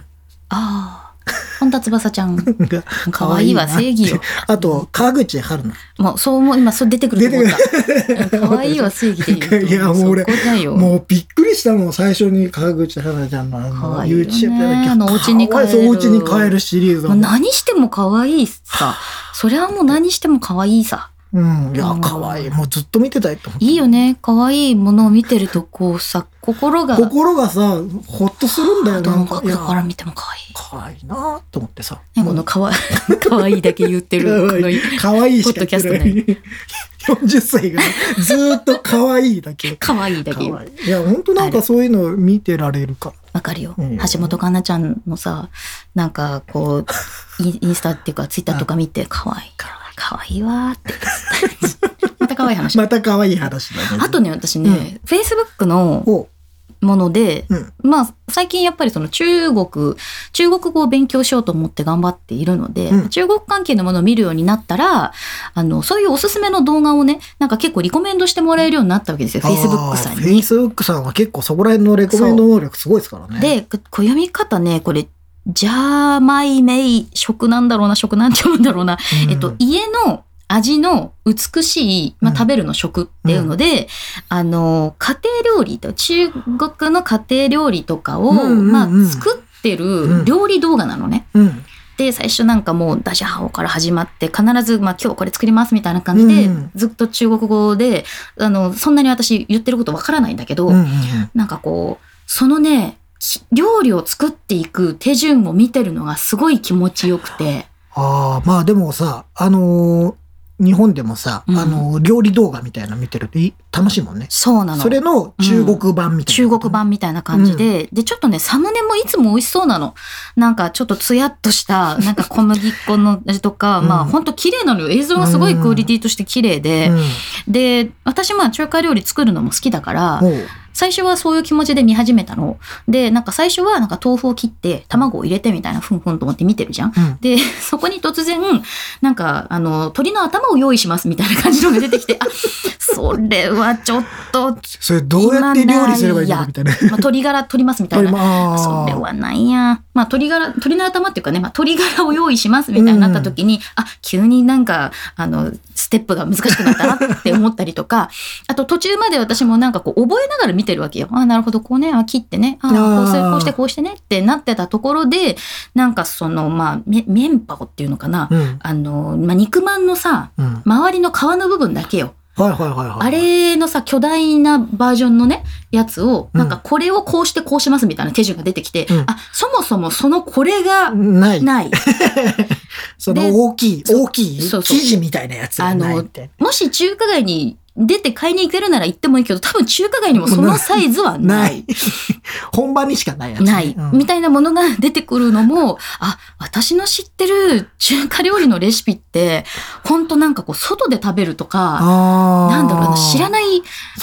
Speaker 1: あ。本田翼ちゃん。
Speaker 2: が
Speaker 1: 可愛いわ、正義よ。
Speaker 2: あと、川口春奈。
Speaker 1: もう、そう思う、今、そう出てくると思った。可愛いわ、正義で言うと。
Speaker 2: (laughs) いやもう俺
Speaker 1: そこだよ。
Speaker 2: もうびっくりしたもん、最初に川口春奈ちゃんのあ
Speaker 1: 可
Speaker 2: の
Speaker 1: 愛いよね
Speaker 2: YouTube
Speaker 1: あのお家に帰る
Speaker 2: かわいそうお家に帰るシリーズ
Speaker 1: も
Speaker 2: は
Speaker 1: う何しても可愛いさ。それはもう何しても可愛いさ。
Speaker 2: うん、いや
Speaker 1: うん、
Speaker 2: 可愛いもうずっと見てたいと思って。
Speaker 1: いいよね。可愛いものを見てると、こうさ、心が、ど
Speaker 2: 心がさ、ほっとするんだよ、な
Speaker 1: の
Speaker 2: んか。い
Speaker 1: 角
Speaker 2: や
Speaker 1: 度から見ても可愛い。
Speaker 2: 可愛いなと思ってさ。
Speaker 1: ね、このかわかわいいだけ言ってる、この
Speaker 2: (laughs) 可愛いし
Speaker 1: ポッ
Speaker 2: か
Speaker 1: ドキャ
Speaker 2: 言っ
Speaker 1: ス
Speaker 2: て
Speaker 1: ト
Speaker 2: ない。40歳がずーっと可愛いだけ。
Speaker 1: かわいいだ
Speaker 2: 可
Speaker 1: け言う。
Speaker 2: 愛いいや、ほんとなんかそういうの見てられるか
Speaker 1: わかるよ。
Speaker 2: うん
Speaker 1: 橋本環奈ちゃんのさ、なんかこう、インインスタっていうかツイッターとか見て、かわいい。かわいいわーって。 (laughs) またかわいい
Speaker 2: ら。
Speaker 1: 話。
Speaker 2: また可愛い話だね。
Speaker 1: あとね、私ね、Facebook の
Speaker 2: お、
Speaker 1: もので、
Speaker 2: うん
Speaker 1: まあ、最近やっぱりその中国、中国語を勉強しようと思って頑張っているので、
Speaker 2: うん
Speaker 1: 中国関係のものを見るようになったら、あの、そういうおすすめの動画をね、なんか結構リコメンドしてもらえるようになったわけですよ、Facebook さん
Speaker 2: フェ
Speaker 1: に
Speaker 2: イ。スブックさんは結構そこら辺のレコメンド能力すごいですからね。
Speaker 1: で、ここう読み方ね、これ、ジャーマイメイ、食なんだろうな、食なんて読むんだろうな。
Speaker 2: うん
Speaker 1: えっと、家の味の美しい、ま
Speaker 2: う
Speaker 1: あ、
Speaker 2: ん
Speaker 1: 食べるの食っていうので、あの、家庭料理と、中国の家庭料理とかを、
Speaker 2: うんうんうん
Speaker 1: まあ、作ってる料理動画なのね。
Speaker 2: うん。
Speaker 1: で、最初なんかもう、ダジャハオから始まって、必ず、まあ、今日これ作りますみたいな感じで、
Speaker 2: うんうん
Speaker 1: ずっと中国語で、あの、そんなに私言ってることわからないんだけど、
Speaker 2: うんうんうん
Speaker 1: なんかこう、そのね、き料理を作っていく手順を見てるのがすごい気持ちよくて。
Speaker 2: ああ、まあでもさ、あのー日本でもさ、
Speaker 1: うん
Speaker 2: あのー料理動画みたいなの見てるとい楽しいもんね。
Speaker 1: そうなの。
Speaker 2: それの中国版みたいな、
Speaker 1: 中国。版みたいな感じで、で、ちょっとね、サムネもいつも美味しそうなの。なんかちょっとツヤっと
Speaker 2: (laughs)
Speaker 1: した、なんか小麦粉の味とか、
Speaker 2: うん
Speaker 1: まあほんと綺麗なのよ。映像がすごいクオリティとして綺麗で
Speaker 2: う、ん。
Speaker 1: で、私まあ中華料理作るのも好きだから、
Speaker 2: おう
Speaker 1: 最初はそういう気持ちで見始めたの。で、なんか最初はなんか豆腐を切って、卵を入れてみたいな、ふんふんと思って見てるじゃん。
Speaker 2: うん。
Speaker 1: で、 (laughs) そこに突然、なんか、あの、鳥の頭を用意しますみたいな感じのが出てきて、あ、それはちょっと、ま
Speaker 2: それどうやって料理すればいいの
Speaker 1: 今な
Speaker 2: か
Speaker 1: い
Speaker 2: みたいな。
Speaker 1: あ、鳥柄取りますみたいな。
Speaker 2: まあ
Speaker 1: それはないや。まあ、鳥柄、鳥の頭っていうかね、まあ、鳥柄を用意しますみたいになった時に、あ、急になんか、あの、ステップが難しくなったなって思ったりとか、 (laughs) あと途中まで私もなんかこう、覚えながら見てるわけよ。あ、なるほど、こうね、あ、切ってね、あ、こうする
Speaker 2: あー
Speaker 1: こうして、こうしてねってなってたところで、なんかその、まあ、め、麺パオっていうのかな。
Speaker 2: うん。
Speaker 1: あの、まあ、肉まんのさ、
Speaker 2: うん。はい
Speaker 1: 周りの皮の部分だけよ。
Speaker 2: はいはいはい。
Speaker 1: あれのさ、巨大なバージョンのね、やつを、
Speaker 2: うん
Speaker 1: なんかこれをこうしてこうしますみたいな手順が出てきて、
Speaker 2: うん
Speaker 1: あ、そもそもそのこれが
Speaker 2: ない。
Speaker 1: ない。
Speaker 2: その
Speaker 1: で
Speaker 2: 大きい、
Speaker 1: そう
Speaker 2: 大きい
Speaker 1: そう
Speaker 2: 生
Speaker 1: そう
Speaker 2: 地みたいなやつがないみたいな。
Speaker 1: もし中華街に出て買いに行けるなら行ってもいいけど、多分中華街にもそのサイズは
Speaker 2: な
Speaker 1: ないい。。
Speaker 2: (laughs) 本番にしかないやつね。
Speaker 1: ない。
Speaker 2: うん
Speaker 1: みたいなものが出てくるのも、あ、私の知ってる中華料理のレシピって、ほんとなんかこう、外で食べるとか、
Speaker 2: ああ。
Speaker 1: なんだろうな、知ら
Speaker 2: い。
Speaker 1: ない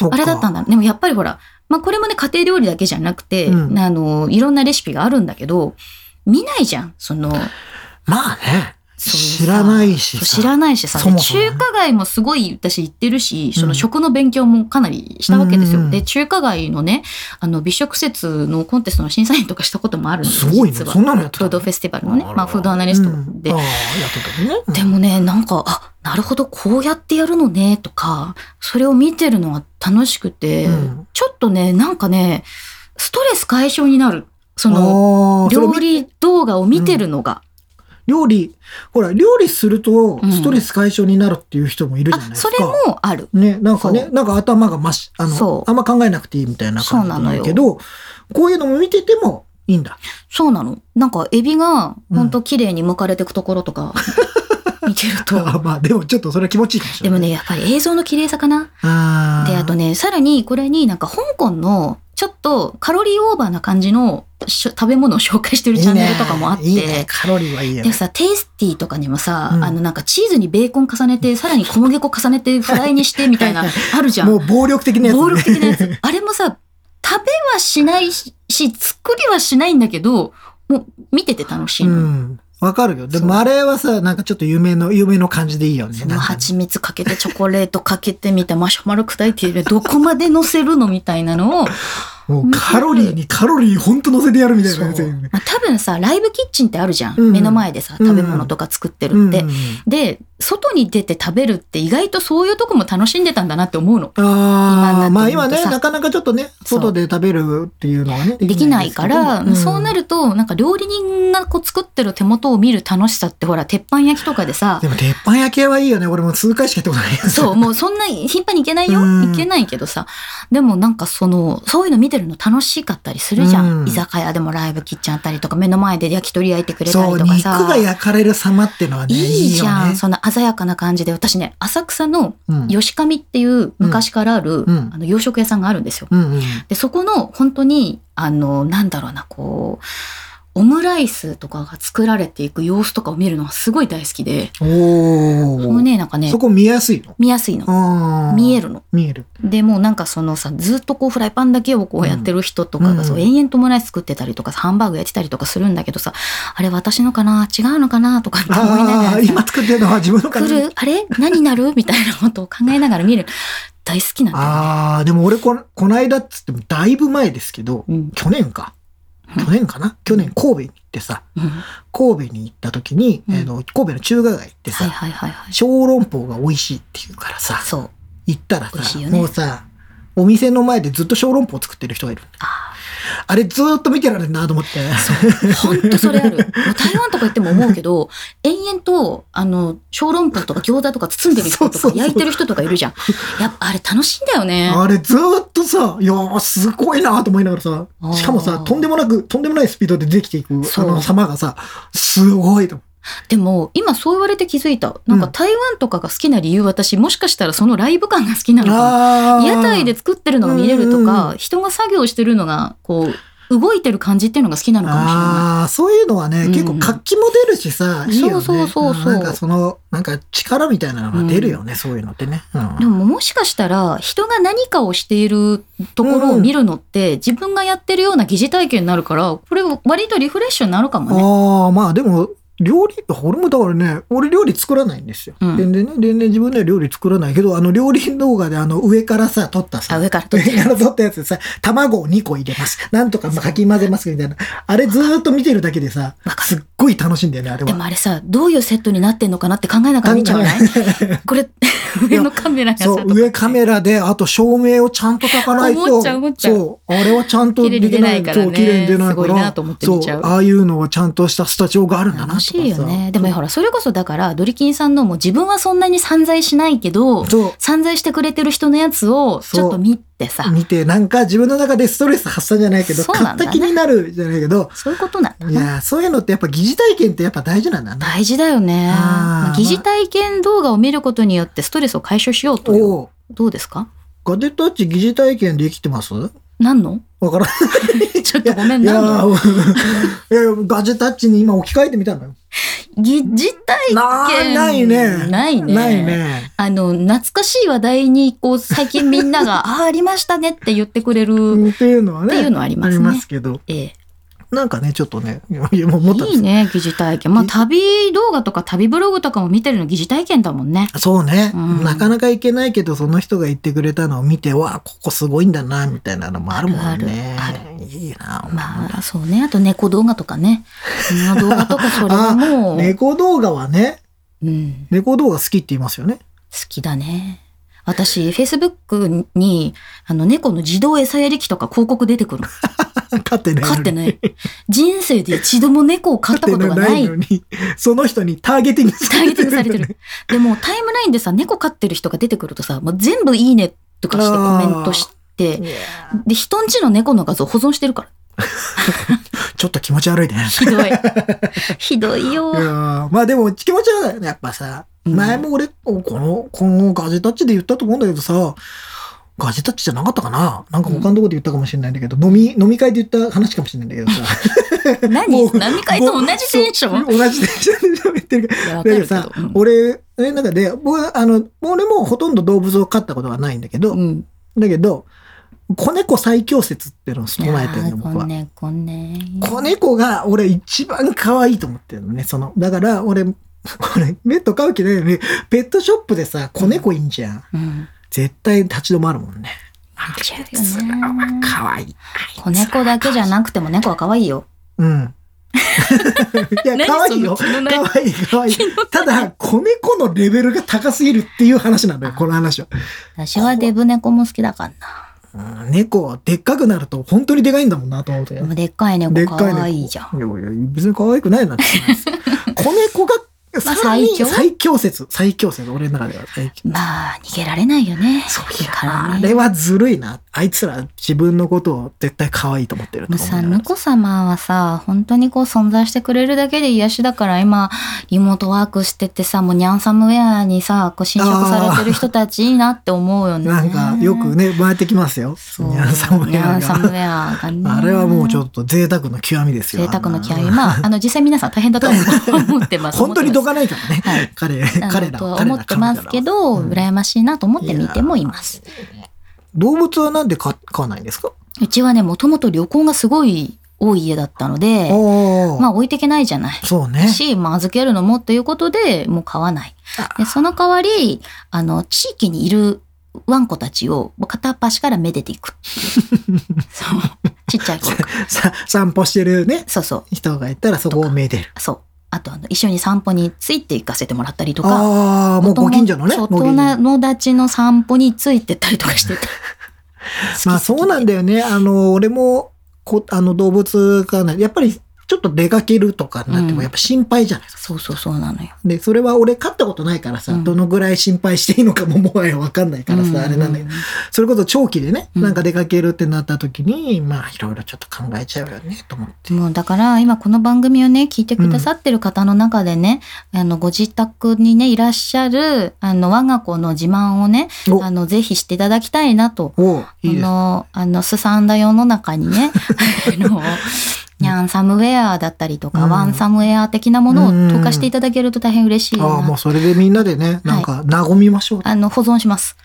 Speaker 1: あれだったんだ。でもやっぱりほら、まあこれもね、家庭料理だけじゃなくて、
Speaker 2: うん
Speaker 1: あの、いろんなレシピがあるんだけど、見ないじゃん。その、
Speaker 2: まあね。知らないし
Speaker 1: そう知
Speaker 2: さ。
Speaker 1: らないしさ
Speaker 2: そもそもね
Speaker 1: で中華街もすごい私行ってるし、そうの
Speaker 2: ん
Speaker 1: 食の勉強もかなりしたわけですよ。
Speaker 2: うんうん
Speaker 1: で、中華街のね、あの、美食説のコンテストの審査員とかしたこともあるんです
Speaker 2: す
Speaker 1: よ
Speaker 2: ごいね。
Speaker 1: 実は
Speaker 2: そんなのやって
Speaker 1: フ
Speaker 2: た
Speaker 1: ー
Speaker 2: の。
Speaker 1: ドフェスティバルのね、
Speaker 2: あら
Speaker 1: まあ、フードアナリストで
Speaker 2: うんああ、やってたのね。
Speaker 1: でもね、なんか、あ、なるほど、こうやってやるのね、とか、それを見てるのが楽しくて、
Speaker 2: うん
Speaker 1: ちょっとね、なんかね、ストレス解消になる。その、
Speaker 2: の
Speaker 1: 料理動画を見てるのが。
Speaker 2: 料理、ほら、料理すると
Speaker 1: うん
Speaker 2: ストレス解消になるっていう人もいるじゃない
Speaker 1: あ、
Speaker 2: ですか。
Speaker 1: それもある。
Speaker 2: ね、なんかね
Speaker 1: そ、
Speaker 2: なんか頭がまし、あ
Speaker 1: そ
Speaker 2: の、
Speaker 1: う
Speaker 2: あんま考えなくていいみたいな感じ
Speaker 1: そうなのよ
Speaker 2: だけど、こういうのも見ててもいいんだ。
Speaker 1: そうなの。なんか、エビが、
Speaker 2: うん
Speaker 1: ほんと綺麗に剥かれてくところと
Speaker 2: (laughs)
Speaker 1: か、見てると。
Speaker 2: あ (laughs) まあ、でもちょっとそれは気持ちいいかもし
Speaker 1: で
Speaker 2: れな
Speaker 1: も
Speaker 2: い。
Speaker 1: ね、やっぱり映像の綺麗さかな。
Speaker 2: あー
Speaker 1: で、あとね、さらにこれになんか香港のちょっとカロリーオーバーな感じのしょ食べ物を紹介してるチャンネルとかもあって、
Speaker 2: いいねいいねカロリーはいいよ
Speaker 1: で
Speaker 2: ね。
Speaker 1: さ、テイスティーとかにもさ、
Speaker 2: うん
Speaker 1: あのなんかチーズにベーコン重ね
Speaker 2: (laughs)
Speaker 1: て、さらに小麦粉重ねてフライにしてみたいな、あるじゃん。
Speaker 2: もう暴力的なやつ、ね。
Speaker 1: 暴力的なやつ。あれもさ、食べはしないし、作りはしないんだけど、もう見てて楽しいの。
Speaker 2: (laughs) うん。わかるよ。で
Speaker 1: そう
Speaker 2: もあれはさ、なんかちょっと有名の、有名の感じでいいよね。
Speaker 1: その
Speaker 2: なんか
Speaker 1: 蜂蜜かけてチョコレートかけてみたいマシュマロ砕いてるどこまで乗せるのみたいな
Speaker 2: (laughs)
Speaker 1: のを
Speaker 2: もうカロリーにカロリーほんと乗せてやるみたいなやつ
Speaker 1: そう
Speaker 2: よね。
Speaker 1: まあ、多分さライブキッチンってあるじゃん、
Speaker 2: うん
Speaker 1: 目の前でさ食べ物とか作って
Speaker 2: う
Speaker 1: るっ
Speaker 2: ん
Speaker 1: て、。で外に出て食べるって意外とそういうとこも楽しんでたんだなって思うの
Speaker 2: あ
Speaker 1: 今になってみるとさ
Speaker 2: あ、まあ今ね、なかなかちょっとね、外で食べるっていうのはね。
Speaker 1: できないから、そうな
Speaker 2: る。
Speaker 1: るとなんか料理人がこう作ってる手元を見る楽しさってほら鉄板焼きとかで
Speaker 2: (laughs)
Speaker 1: さ
Speaker 2: でも鉄板焼きはいいよね。俺も数回しかやったことないや
Speaker 1: そう、もうそんな頻繁に行けないよ。
Speaker 2: うん
Speaker 1: 行けないけどさ。でもなんかその、そういうの見てるの楽しかったりするじゃん。
Speaker 2: うん
Speaker 1: 居酒屋でもライブキッチンあったりとか、目の前で焼き鳥焼いてくれた
Speaker 2: そ
Speaker 1: り
Speaker 2: う、
Speaker 1: と
Speaker 2: 肉
Speaker 1: かさ。
Speaker 2: が焼かれる様ってのはね、い
Speaker 1: いい
Speaker 2: い
Speaker 1: じ
Speaker 2: よ
Speaker 1: ゃん、
Speaker 2: ね。
Speaker 1: その鮮やかな感じで。私ね、浅草の
Speaker 2: うん
Speaker 1: 吉上っていう昔からある、
Speaker 2: うん
Speaker 1: あの洋食屋さんがあるんですよ。
Speaker 2: うんうん
Speaker 1: で、そこの本当に、あの、なんだろうな、こう、オムライスとかが作られていく様子とかを見るのがすごい大好きで、
Speaker 2: お
Speaker 1: そ
Speaker 2: ー
Speaker 1: のね、なんかね
Speaker 2: そ、こ見やすいの
Speaker 1: 見やすいの。
Speaker 2: あー
Speaker 1: 見えるの。
Speaker 2: 見える。
Speaker 1: でもうなんかそのさずっとこうフライパンだけをこうやってる人とかがそう、
Speaker 2: うん
Speaker 1: 延々とオムライス作ってたりとかハンバーグやってたりとかするんだけどさあれ私のかな違うのかなとかって思いながら
Speaker 2: あ
Speaker 1: さ
Speaker 2: あー、今作ってるのは自分の感
Speaker 1: 来
Speaker 2: じ。
Speaker 1: るあれ何になるみたいなことを考えながら見る大好きなんだよ、ね
Speaker 2: ああ、でも俺こ、この間っつってもだいぶ前ですけど、
Speaker 1: うん
Speaker 2: 去年か。
Speaker 1: うん
Speaker 2: 去年かな去年神戸に行ってさ、
Speaker 1: うん
Speaker 2: 神戸に行った時に、
Speaker 1: うん
Speaker 2: えの神戸の中華街って
Speaker 1: はい
Speaker 2: さ、
Speaker 1: はいはいはい
Speaker 2: 小籠包が美味しいっていうからさ、
Speaker 1: そう
Speaker 2: 行ったら
Speaker 1: 美味し
Speaker 2: さ、
Speaker 1: いよね
Speaker 2: もうさ、お店の前でずっと小籠包作ってる人がいる。
Speaker 1: あ
Speaker 2: あれずーっと見てられるなと思って。
Speaker 1: ーほんとそれあるもう台湾とか行っても思うけど延々とあの小籠包とか餃子とか包んでる人と
Speaker 2: そうそう
Speaker 1: か
Speaker 2: そう
Speaker 1: 焼いてる人とかいるじゃんやっぱあれ楽しいんだよね
Speaker 2: あれずーっとさ、いやーすごいなと思いながらさ
Speaker 1: あー、
Speaker 2: しかもさ、とんでもなく、とんでもないスピードでできていく、
Speaker 1: そ
Speaker 2: そうの様がさ、すごいと思う。
Speaker 1: でも今そう言われて気づいたなんか
Speaker 2: うん
Speaker 1: 台湾とかが好きな理由、私もしかしたらそのライブ感が好きなのか
Speaker 2: あ
Speaker 1: も
Speaker 2: ー
Speaker 1: 屋台で作ってるのが見れると
Speaker 2: うんうん
Speaker 1: か、人が作業してるのがこう動いてる感じっていうのが好きなのかもしれな
Speaker 2: ああー、そういうのはね、
Speaker 1: うん
Speaker 2: 結構活気も出るしさ、いいよね。
Speaker 1: そうそうそうそうん
Speaker 2: なんかその、なんか力みたいなのが出るよね、そういうのってね。うん
Speaker 1: いでももしかしたら人が何かをしているところを見るのって、自分がやってるような疑似体験になるからこれ割とリフレッシュになるかもね。
Speaker 2: ああ、まあでも、料理、俺もだからね、俺料理作らないんですよ。
Speaker 1: うん
Speaker 2: 全然ね、全然自分では料理作らないけど、あの料理動画であの上からさ、撮った
Speaker 1: あ
Speaker 2: さ、
Speaker 1: 上から撮
Speaker 2: 上
Speaker 1: ってる
Speaker 2: から撮ったや (laughs) つでさ、卵を2個入れます。なんとかまあかき混ぜますみたいな。あれずーっと見てるだけでさ
Speaker 1: わ、かる
Speaker 2: すっごい楽しいんだよね、あれ
Speaker 1: で
Speaker 2: は。
Speaker 1: もあれさどういうセットになってんのかなって考えながら見ちゃわない (laughs) これ上のカメラやさ
Speaker 2: そ
Speaker 1: とか
Speaker 2: う、上カメラで、あと照明をちゃんと炊かないと。
Speaker 1: 思っちゃう思っちゃう
Speaker 2: そう、あれはちゃんと
Speaker 1: 綺麗
Speaker 2: で
Speaker 1: に出
Speaker 2: き
Speaker 1: な
Speaker 2: ない。
Speaker 1: いからね
Speaker 2: そう、綺麗に出ない
Speaker 1: す
Speaker 2: か
Speaker 1: ごいな
Speaker 2: ら
Speaker 1: と思っ。て
Speaker 2: そ
Speaker 1: 見
Speaker 2: う
Speaker 1: ちゃう、
Speaker 2: ああいうのはちゃんとしたスタジオがあるんだなとか
Speaker 1: 楽
Speaker 2: さ。
Speaker 1: しいよね。でもほら、それこそだから、ドリキンさんのも自分はそんなに散財しないけど、
Speaker 2: そう。
Speaker 1: 散財してくれてる人のやつをちょっと見てさ、
Speaker 2: 見て、なんか自分の中でストレス発散じゃないけど、
Speaker 1: そうなんだね
Speaker 2: 買った気になるじゃないけど、
Speaker 1: そういうことなんだ
Speaker 2: い
Speaker 1: な。
Speaker 2: やー、そういうのってやっぱ疑似体験ってやっぱ大事なんだな。
Speaker 1: 大事だよね。
Speaker 2: あー
Speaker 1: まあ疑似体験動画を見ることによってストレスを解消しようという。
Speaker 2: おう
Speaker 1: どうですか
Speaker 2: ガジェットタッチ疑似体験で生きてますわ
Speaker 1: 何
Speaker 2: (laughs)
Speaker 1: の
Speaker 2: か
Speaker 1: (laughs)
Speaker 2: らん。
Speaker 1: ちょっとごめん、
Speaker 2: いや
Speaker 1: 何の
Speaker 2: ー、いやガジェットタッチに今置き換えてみたのよ。
Speaker 1: 疑似体
Speaker 2: な
Speaker 1: 験
Speaker 2: ないね。
Speaker 1: ないね。
Speaker 2: ないね。
Speaker 1: あの、懐かしい話題に、こう、最近みん (laughs) なが、ああ、ありましたねって言ってくれるっ
Speaker 2: っていうのはね。
Speaker 1: ていうのはありますね。
Speaker 2: ありますけど。
Speaker 1: ええ
Speaker 2: なんかね、ちょっとね、いやもう思ったんで
Speaker 1: い
Speaker 2: す
Speaker 1: いね、疑似体験。まあ、旅動画とか旅ブログとかも見てるの疑似体験だもんね。
Speaker 2: そうね、
Speaker 1: うん
Speaker 2: なかなか行けないけど、その人が言ってくれたのを見て、わあ、ここすごいんだな、みたいなのもあるもんね。
Speaker 1: ある
Speaker 2: いいな。
Speaker 1: まあ、そうね。あと猫動画とかね。猫動画とか、
Speaker 2: (laughs)
Speaker 1: それはもう、
Speaker 2: 猫動画はね、
Speaker 1: うん、
Speaker 2: 猫動画好きって言いま
Speaker 1: (laughs)
Speaker 2: すよね。
Speaker 1: 好きだね。私、Facebook に、あの、猫の自動餌やり機とか広告出て
Speaker 2: (laughs)
Speaker 1: くるの。
Speaker 2: 飼ってないのに。
Speaker 1: 飼ってない。人生で一度も猫を飼ったことがない
Speaker 2: 飼って。のに、その人にターゲティング
Speaker 1: タ
Speaker 2: さ
Speaker 1: ー
Speaker 2: れ
Speaker 1: ゲ
Speaker 2: て
Speaker 1: ティン
Speaker 2: る。
Speaker 1: グされてる。でも、タイムラインでさ、猫飼ってる人が出てくるとさ、もう全部いいねとかしてコメントして、
Speaker 2: いや
Speaker 1: で、人んちの猫の画像保存してるから。
Speaker 2: ーちょっと気持ち悪いね。
Speaker 1: ひ
Speaker 2: (laughs)
Speaker 1: どい。ひどいよ
Speaker 2: いや。ーまあでも気持ち悪いよねやっぱさ、
Speaker 1: うん
Speaker 2: 前も俺このこのガジェタッチで言ったと思うんだけどさガジェタッチじゃなかったかななんか他のとこで言ったかもしれないんだけど、飲み飲み会で言った話かもしれないんだけどさも
Speaker 1: 何
Speaker 2: う
Speaker 1: 何回と同じテンション
Speaker 2: もう同じテンションで喋ってるから
Speaker 1: いやわか
Speaker 2: だけ
Speaker 1: る
Speaker 2: ど
Speaker 1: けど
Speaker 2: さ、。俺の中で僕はあの俺もほとんど動物を飼ったことはないんだけど、
Speaker 1: うんうん。
Speaker 2: だけど子猫最強説っていうのを唱えてるの
Speaker 1: あー
Speaker 2: 僕は
Speaker 1: こ。ねこね。
Speaker 2: 子猫が俺一番可愛いと思ってるのね。その、だから俺、俺、ペット飼う気ないよね。ペットショップでさ、子猫いいんじゃん。
Speaker 1: うん。
Speaker 2: 絶対立ち止まるもんね。
Speaker 1: 見ちゃう
Speaker 2: それ
Speaker 1: よ
Speaker 2: は
Speaker 1: ね。
Speaker 2: 可愛い。
Speaker 1: 子猫だけじゃなくても猫は可愛いよ。
Speaker 2: うん。 (laughs) いや、
Speaker 1: 何
Speaker 2: 可愛いよ。
Speaker 1: その気のない
Speaker 2: 可愛い、可愛い。ただ、子猫のレベルが高すぎるっていう話なんだよ、この話は。
Speaker 1: 私はデブ猫も好きだから
Speaker 2: うん猫はでっかくなると本当にでかいんだもんなと思って
Speaker 1: な。で。もでっかい
Speaker 2: でっ
Speaker 1: 猫
Speaker 2: かい
Speaker 1: 可
Speaker 2: 猫
Speaker 1: 愛いじゃん。
Speaker 2: いやいや、別に可愛くないなって思い
Speaker 1: (laughs)
Speaker 2: ます。子猫が、さらに
Speaker 1: 最強
Speaker 2: 最強説。最強説。俺の中では最強。
Speaker 1: まあ、逃げられないよね。
Speaker 2: そう
Speaker 1: だから
Speaker 2: あ
Speaker 1: ね
Speaker 2: れ。はずるいな。あいつら自分のことを絶対可愛いと思ってると
Speaker 1: もう
Speaker 2: 思
Speaker 1: さ、
Speaker 2: うな
Speaker 1: ぬこ様はさ、本当にこう存在してくれるだけで癒しだから、今、リモートワークしててさ、もうニャンサムウェアにさ、こう侵食されてる人たちいいなって思うよね。
Speaker 2: なんかよくね、回ってきますよ。
Speaker 1: そう、
Speaker 2: ニャンサム
Speaker 1: ニ
Speaker 2: ヘ
Speaker 1: ャ
Speaker 2: ア
Speaker 1: ンサムウ
Speaker 2: が。
Speaker 1: ェアがね。
Speaker 2: あれはもうちょ
Speaker 1: と。
Speaker 2: っと贅沢の極みですよ。
Speaker 1: 贅沢の極
Speaker 2: あん
Speaker 1: み。
Speaker 2: な
Speaker 1: まあ、あの、実際皆さん大変だと思
Speaker 2: (laughs)
Speaker 1: う思ってます。
Speaker 2: 本当にど
Speaker 1: か
Speaker 2: かないからね。
Speaker 1: はい。
Speaker 2: 彼、
Speaker 1: あの
Speaker 2: 彼ら
Speaker 1: と
Speaker 2: は、
Speaker 1: は
Speaker 2: 彼
Speaker 1: 思
Speaker 2: ら
Speaker 1: ってますけど、
Speaker 2: うん
Speaker 1: 羨ましいなと思って見てもいます。
Speaker 2: 動物はなんで飼飼わないんですか
Speaker 1: うちはね、もともと旅行がすごい多い家だったので、
Speaker 2: おー
Speaker 1: まあ置いてけないじゃない。
Speaker 2: そうね。
Speaker 1: し、まあ預けるのもということで、もう買わない。
Speaker 2: あ
Speaker 1: で、その代わり、あの、地域にいるワンコたちを、もう片っ端からめでてい
Speaker 2: (laughs)
Speaker 1: くっていう。そう。ちっちゃい子。
Speaker 2: さ散歩してるね、
Speaker 1: そうそ
Speaker 2: 人がいたらそこをめでる。
Speaker 1: う。そう。あと、あの、一緒に散歩について行かせてもらったりとか。
Speaker 2: ああ、もうご近所のね。
Speaker 1: お
Speaker 2: ご近所の
Speaker 1: 友達の散歩についてったりとかしてた。
Speaker 2: まあそうなん
Speaker 1: だ
Speaker 2: だよね。あの、俺も、こあの動物がね、やっぱりちょっと出かけるとかになって
Speaker 1: うん
Speaker 2: もやっぱ心配じゃないですか。
Speaker 1: そうそうそうなのよ。
Speaker 2: で、それは俺飼ったことないからさ、
Speaker 1: うん
Speaker 2: どのぐらい心配していいのかももはやわかんないからさ、あれなんだけど、
Speaker 1: ど。
Speaker 2: それこそ長期でね、
Speaker 1: うん
Speaker 2: なんか出かけるってなった時に、まあいろいろちょっと考えちゃうよね、と思って。
Speaker 1: もうだから今この番組をね聞いてくださってる方の中でね、あのご自宅にねいらっしゃるあの我が子の自慢をね
Speaker 2: お
Speaker 1: あのぜひしていただきたいなと。
Speaker 2: おういい
Speaker 1: こ
Speaker 2: です。
Speaker 1: のあのすさんだ世の中に
Speaker 2: (laughs)
Speaker 1: ねあのニャンサムウェアだったりとか、
Speaker 2: うん
Speaker 1: ワンサムウェア的なものを投下していただけると大変嬉しい
Speaker 2: あ
Speaker 1: な
Speaker 2: あ、
Speaker 1: と
Speaker 2: もうそれでみんなでね、なんか和みましょう。
Speaker 1: あの保存します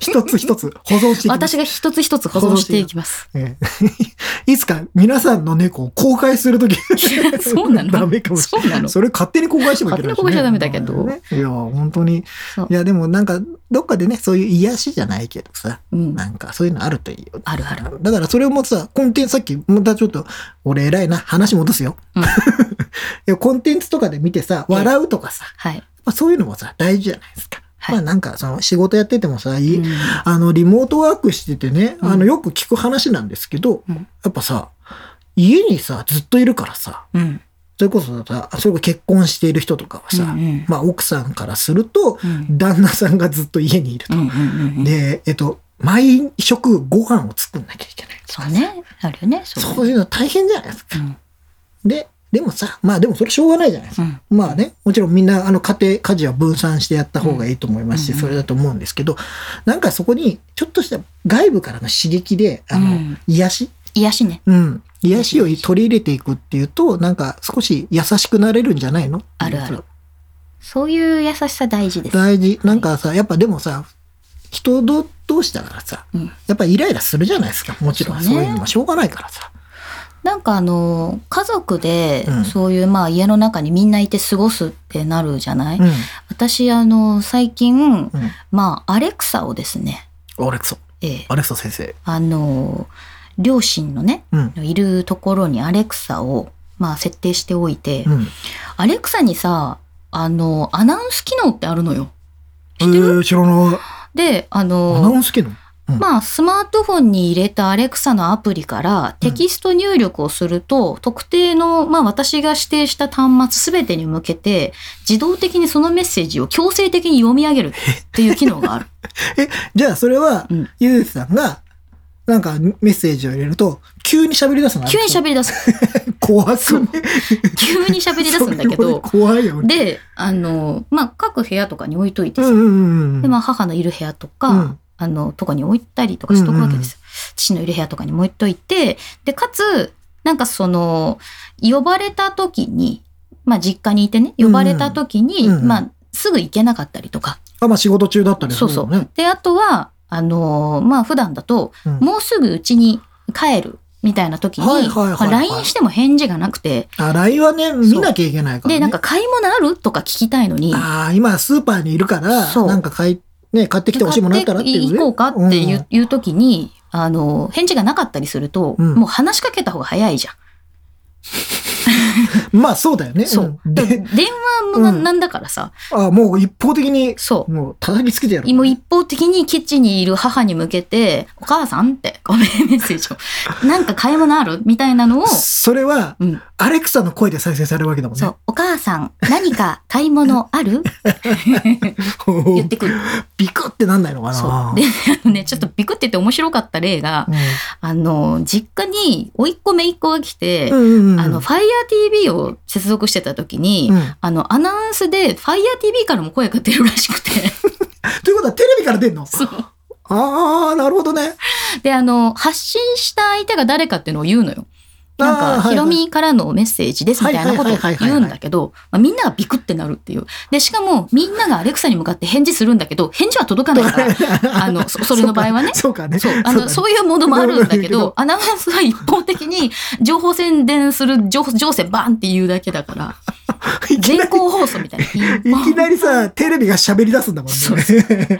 Speaker 2: 一つ一つ保存していきます。
Speaker 1: 私が一つ一つ保存していきます
Speaker 2: ええ (laughs) いつか皆さんの猫を公開するとき
Speaker 1: や (laughs) そうなの
Speaker 2: ダメかもしれ
Speaker 1: そうな
Speaker 2: な
Speaker 1: の
Speaker 2: い。それ勝手に公開してもいけないし
Speaker 1: 勝手
Speaker 2: ね
Speaker 1: に公開しちゃダメだけど
Speaker 2: ねいや、本当に
Speaker 1: そう。
Speaker 2: いや、でもなんか、どっかでね、そういう癒しじゃないけどさ、
Speaker 1: うん
Speaker 2: なんかそういうのあるといいよ。
Speaker 1: あるある
Speaker 2: だからそれをもうさ、コンテンツ、さっき、またちょっと、俺偉いな、話戻すよ。
Speaker 1: うん
Speaker 2: (laughs) いや、コンテンツとかで見てさ、
Speaker 1: ええ
Speaker 2: 笑うとかさ、
Speaker 1: はい、
Speaker 2: まあ、そういうのもさ、大事じゃないですか。
Speaker 1: はい
Speaker 2: まあなんか、その仕事やっててもさ、いい
Speaker 1: うん
Speaker 2: あの、リモートワークしててね、
Speaker 1: うん
Speaker 2: あの、よく聞く話なんですけど、
Speaker 1: うん
Speaker 2: やっぱさ、家にさ、ずっといるからさ、
Speaker 1: うん
Speaker 2: それこそさ、それこそ結婚している人とかはさ、
Speaker 1: うんうん
Speaker 2: まあ、奥さんからすると、
Speaker 1: うん
Speaker 2: 旦那さんがずっと家にいると。
Speaker 1: うんうんうんうん
Speaker 2: で、えっと、毎食ご飯を作んなきゃいけない。
Speaker 1: そうね。あるよね。そう。
Speaker 2: そういうの大変じゃないです
Speaker 1: う
Speaker 2: か。
Speaker 1: ん。
Speaker 2: で、でもさ、まあでもそれしょうがないじゃないですか
Speaker 1: うん。
Speaker 2: まあね、もちろんみんなあの家庭、家事は分散してやった方がいいと思いますし、
Speaker 1: うん
Speaker 2: それだと思うんですけど、なんかそこにちょっとした外部からの刺激で、あの、
Speaker 1: うん
Speaker 2: 癒し、
Speaker 1: 癒しね。
Speaker 2: うん、癒しを取り入れていくっていうと、なんか少し優しくなれるんじゃないの
Speaker 1: あるある。そういう優しさ大事です。
Speaker 2: 大事。なんかさ、やっぱでもさ、人ど同士だからさ、
Speaker 1: うん
Speaker 2: やっぱイライラするじゃないですか。もちろん、
Speaker 1: そうね
Speaker 2: そういうのもしょうがないからさ。
Speaker 1: なんかあの家族で
Speaker 2: うん
Speaker 1: そういうまあ家の中にみんないて過ごすってなるじゃない、
Speaker 2: うん。
Speaker 1: 私あの最近
Speaker 2: うん。
Speaker 1: まあアレクサをですね、
Speaker 2: アレクサ、
Speaker 1: ええ、
Speaker 2: アレクサ先生。
Speaker 1: あの両親のね
Speaker 2: うん。
Speaker 1: いるところにアレクサをまあ設定しておいて、
Speaker 2: うん。
Speaker 1: アレクサにさあのアナウンス機能ってあるのよ。
Speaker 2: え
Speaker 1: 知ってる
Speaker 2: ー、知らない。
Speaker 1: であ
Speaker 2: アナウ
Speaker 1: の
Speaker 2: ンス機能
Speaker 1: まあスマートフォンに入れたアレクサのアプリからテキスト入力をすると、特定の、まあ、私が指定した端末全てに向けて自動的にそのメッセージを強制的に読み上げるっていう機能があ
Speaker 2: (laughs)
Speaker 1: る。
Speaker 2: じゃあ、それは
Speaker 1: うん、
Speaker 2: ゆうさんが、なんかメッセージを入れると、急に喋り出すの
Speaker 1: 急に喋り出す。
Speaker 2: り怖すね。
Speaker 1: 急に喋り出すんだ
Speaker 2: (laughs)
Speaker 1: けど。
Speaker 2: 怖いよね。
Speaker 1: で、あの、まあ、各部屋とかに置いといて
Speaker 2: う
Speaker 1: さ、
Speaker 2: んうんうん。
Speaker 1: で、まあ、母のいる部屋とか、
Speaker 2: うん
Speaker 1: あの、とかに置いたりとかしとくわけですよ。父のいる部屋とかにも置いといて、で、かつ、なんかその、呼ばれた時に、まあ、実家にいてね、呼ばれた時に、
Speaker 2: うんうん
Speaker 1: まあ、すぐ行けなかったりとか。
Speaker 2: あ、まあ仕事中だったりす
Speaker 1: そう
Speaker 2: る
Speaker 1: そ
Speaker 2: よ
Speaker 1: う。
Speaker 2: ね。
Speaker 1: で、あとは、あのまあ、普段だと、
Speaker 2: うん
Speaker 1: もうすぐうちに帰る。みたいな時に、
Speaker 2: はいはいはいはい
Speaker 1: まあ LINE しても返事がなくて、
Speaker 2: あ、LINE はね、見なきゃいけないから、ね。
Speaker 1: で、なんか買い物あるとか聞きたいのに、
Speaker 2: ああ、今スーパーにいるから、
Speaker 1: そう
Speaker 2: なんか買い、ね、買ってきてほしいものあったらっていう、ね。
Speaker 1: 行こうかってい
Speaker 2: ん
Speaker 1: う,、いう時に、あの、返事がなかったりすると、
Speaker 2: うん
Speaker 1: もう話しかけた方が早いじゃん。
Speaker 2: まあそうだよね。
Speaker 1: そう。
Speaker 2: ん
Speaker 1: で
Speaker 2: で、
Speaker 1: 電話もな,、
Speaker 2: うん
Speaker 1: なんだからさ、
Speaker 2: あもう一方的に、
Speaker 1: そ
Speaker 2: もう叩きつけてや
Speaker 1: う。
Speaker 2: る。
Speaker 1: もう一方的にキッチンにいる母に向けて、お母さんって、ごめん、メッセージ
Speaker 2: (laughs)
Speaker 1: を。なんか買い物あるみたいなのを、
Speaker 2: それは、
Speaker 1: うん、
Speaker 2: アレクサの声で再生されるわけだもん
Speaker 1: そ
Speaker 2: ね
Speaker 1: う。、お母さん、何か買い物あ
Speaker 2: (laughs)
Speaker 1: る言ってくる。
Speaker 2: ビクってなんないのか
Speaker 1: そ
Speaker 2: な
Speaker 1: う。で、あのね、ちょっとビクってて面白かった例が、 (laughs) あの、実家に、甥いっ子めいっ子が来て、
Speaker 2: うんうんうんうん。
Speaker 1: あの、FireTV を接続してた時に、
Speaker 2: うん
Speaker 1: あの、アナウンスで FireTV からも声が出るらし
Speaker 2: (laughs)
Speaker 1: くて。
Speaker 2: ということはテレビから出んの
Speaker 1: そう
Speaker 2: ああ、なるほどね。
Speaker 1: で、あの、発信した相手が誰かっていうのを言うのよ。
Speaker 2: あー
Speaker 1: なんか、
Speaker 2: はい
Speaker 1: ヒ
Speaker 2: はい
Speaker 1: ロミからのメッセージですみたいなことを言うんだけど、まあみんながビクってなるっていう。で、しかも、みんながアレクサに向かって返事するんだけど、返事は届か
Speaker 2: (laughs)
Speaker 1: ないから、あの、そそれの場合はね。
Speaker 2: そうかね。
Speaker 1: そう、あの、
Speaker 2: そう
Speaker 1: そういうものもあるんだけ
Speaker 2: そうなんだけ
Speaker 1: ど
Speaker 2: ど、
Speaker 1: アナウンスは一方的に情報宣伝する情情勢バンって言うだけだから、
Speaker 2: だねいきな
Speaker 1: 全
Speaker 2: り
Speaker 1: 校放送みたいな。
Speaker 2: いきなりさ、テレビが喋り出すんだもん
Speaker 1: そう
Speaker 2: ね。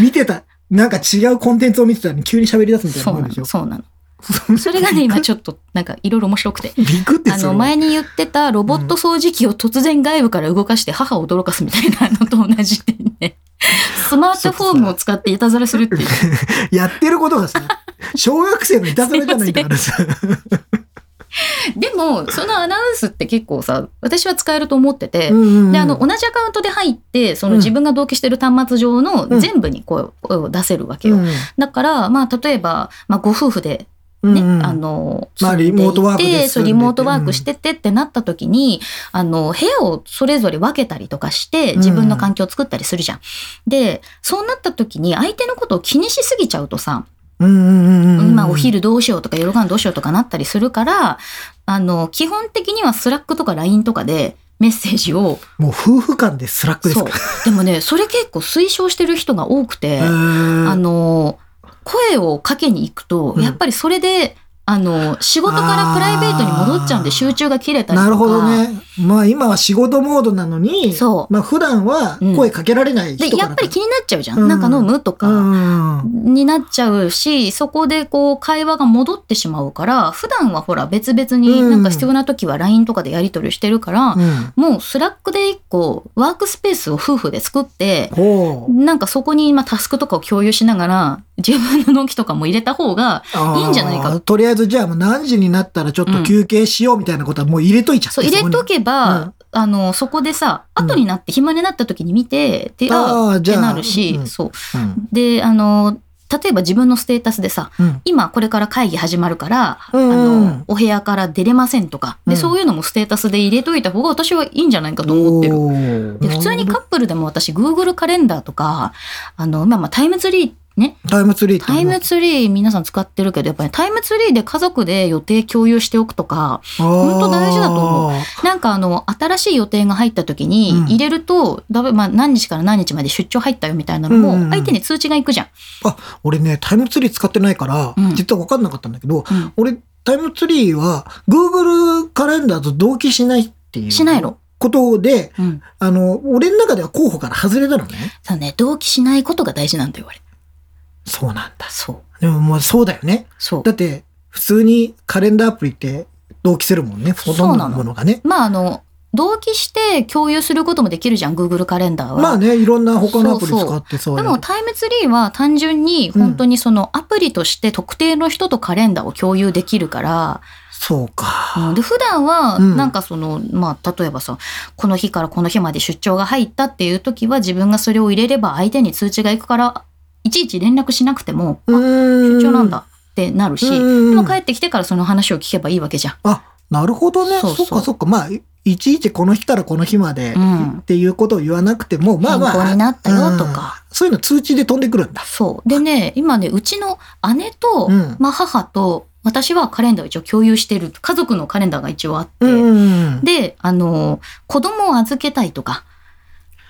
Speaker 2: 見てた。なんか違うコンテンツを見てたのに急に喋り出すみたい
Speaker 1: そ
Speaker 2: な
Speaker 1: う
Speaker 2: もん
Speaker 1: な
Speaker 2: でしょ
Speaker 1: の、。そうなの。それがね、今ちょっと、なんか、いろいろ面白くて。
Speaker 2: びくって
Speaker 1: あ
Speaker 2: する
Speaker 1: の、
Speaker 2: わ。
Speaker 1: 前に言ってたロボット掃除機を突然外部から動かして母を驚かすみたいなのと同じ点
Speaker 2: (laughs)
Speaker 1: で、スマートフォームを使っていたずらするっていう。
Speaker 2: やってることが (laughs) さ、小学生のいたずらじゃないんだからさ。
Speaker 1: でも、そのアナウンスって結構さ、私は使えると思ってて、であの同じアカウントで入ってその
Speaker 2: うん
Speaker 1: 自分が同期してる端末上の
Speaker 2: うん
Speaker 1: 全部に声を,、声を出せるわけよ、だから、まあ、例えば、まあ、ご夫婦で、ねあの
Speaker 2: まあ
Speaker 1: 住んでいて
Speaker 2: リモートワークで
Speaker 1: そう
Speaker 2: 住んでて
Speaker 1: リモートワークしててってなった時に、あの部屋をそれぞれ分けたりとかして自分の環境を作ったりするじゃん。でそうなった時に相手のことを気にしすぎちゃうとさ、まあ、お昼どうしようとか夜ご飯どうしようとかなったりするからあの基本的にはスラックとか LINE とかでメッセージを
Speaker 2: もう夫婦間でスラックです
Speaker 1: そう
Speaker 2: か。。
Speaker 1: でもね、それ結構推奨してる人が多くて、
Speaker 2: (laughs) へー
Speaker 1: あの、声をかけに行くと、
Speaker 2: うん
Speaker 1: やっぱりそれで、あの、仕事からプライベートに戻っちゃうんで
Speaker 2: あー
Speaker 1: 集中が切れたりとか。
Speaker 2: なるほどね。まあ今は仕事モードなのに、
Speaker 1: そう
Speaker 2: まあ普段は声かけられない人
Speaker 1: で、やっぱり気
Speaker 2: に
Speaker 1: になっちゃうじゃん。
Speaker 2: うん
Speaker 1: なんか飲むと
Speaker 2: う
Speaker 1: か。
Speaker 2: んうん
Speaker 1: になっちゃうし、そこでこう会話が戻ってしまうから、普段はほら別々に
Speaker 2: うん
Speaker 1: なんか必要な時は LINE とかでやり取りしてるから、
Speaker 2: うん。
Speaker 1: もうスラックで一個ワークスペースを夫婦で作って、
Speaker 2: ほう
Speaker 1: なんかそこに今タスクとかを共有しながら自分の納期とかも入れた方が
Speaker 2: あー
Speaker 1: いいんじゃないか
Speaker 2: とりあえずじゃあもう何時になったらちょっと休憩しようみたいなことはもう入れといちゃって
Speaker 1: そう入れとけば、
Speaker 2: うん
Speaker 1: あのそこでさ
Speaker 2: うん
Speaker 1: 後になって暇になった時に見て、で
Speaker 2: あ
Speaker 1: あ
Speaker 2: ー
Speaker 1: っ
Speaker 2: じ
Speaker 1: て
Speaker 2: ゃあ
Speaker 1: なるし、
Speaker 2: うん
Speaker 1: そう
Speaker 2: そこに
Speaker 1: であの例えば自分のステータスでさ
Speaker 2: うんうん
Speaker 1: 今これから会議始まるから、
Speaker 2: うん
Speaker 1: あのお部屋から出れませんとかで、
Speaker 2: うん
Speaker 1: そういうのもステータスで入れといた方が私はいいんじゃないかと思ってる。
Speaker 2: おー
Speaker 1: で普通にカップルでも私 Google カレンダーとかあの、まあ、まあタイムツリーね
Speaker 2: タイムツリーって
Speaker 1: タイムツリー皆さん使ってるけどやっぱりタイムツリーで家族で予定共有しておくとか
Speaker 2: 本
Speaker 1: 当大事だと思なんかあの新しい予定が入った時に
Speaker 2: うん
Speaker 1: 入れると、だぶまあ、何日から何日まで出張入ったよみたいなの
Speaker 2: うんうんう
Speaker 1: も
Speaker 2: ん
Speaker 1: 相手に通知がいくじゃん。
Speaker 2: 俺ねタイムツリー使ってないから、
Speaker 1: うん
Speaker 2: 実は分かんなかったんだけど
Speaker 1: うん
Speaker 2: 俺タイムツリーは Google カレンダーと同期しないっていう。
Speaker 1: しないの。
Speaker 2: ことで、
Speaker 1: うん。
Speaker 2: あの、俺の中では候補から外れたのね。
Speaker 1: そうね、同期しないことが大事なんだよ、あれ。
Speaker 2: そうなんだ。
Speaker 1: そう。
Speaker 2: でももうそうだよね。
Speaker 1: そう
Speaker 2: だ。って、普通にカレンダーアプリって同期するもんね。ほとんどのものがね。
Speaker 1: まあ、あの、同期して共有することもできるじゃん、Google カレンダーは。
Speaker 2: まあね、いろんな他のアプリ
Speaker 1: そうそう
Speaker 2: 使ってそう
Speaker 1: で
Speaker 2: や
Speaker 1: もタイムツリーは単純に本当にそのアプリとして特定の人とカレンダーを共有できるから、
Speaker 2: そうか。
Speaker 1: うんで普段は
Speaker 2: うん
Speaker 1: なんかその、まあ例えばさこの日からこの日まで出張が入ったっていう時は自分がそれを入れれば相手に通知が行くからいちいち連絡しなくても、あ
Speaker 2: 出
Speaker 1: 出張なんだってなるし、
Speaker 2: うん
Speaker 1: でも帰ってきてからその話を聞けばいいわけじゃん。
Speaker 2: あ、なるほどね。
Speaker 1: そうそ
Speaker 2: そ
Speaker 1: う
Speaker 2: っかそっか。まあ、いいちいちこの日からこの日まで
Speaker 1: うん
Speaker 2: っていうことを言わなくても、まあまあ。
Speaker 1: 健康になったよとか
Speaker 2: うん。そういうの通知で飛んでくるんだ。
Speaker 1: そうでね今ねうちの姉と、
Speaker 2: うん
Speaker 1: まあ、母と私はカレンダーを一応共有してる家族のカレンダーが一応あって。
Speaker 2: うん。
Speaker 1: で、あの、子供を預けたいとか、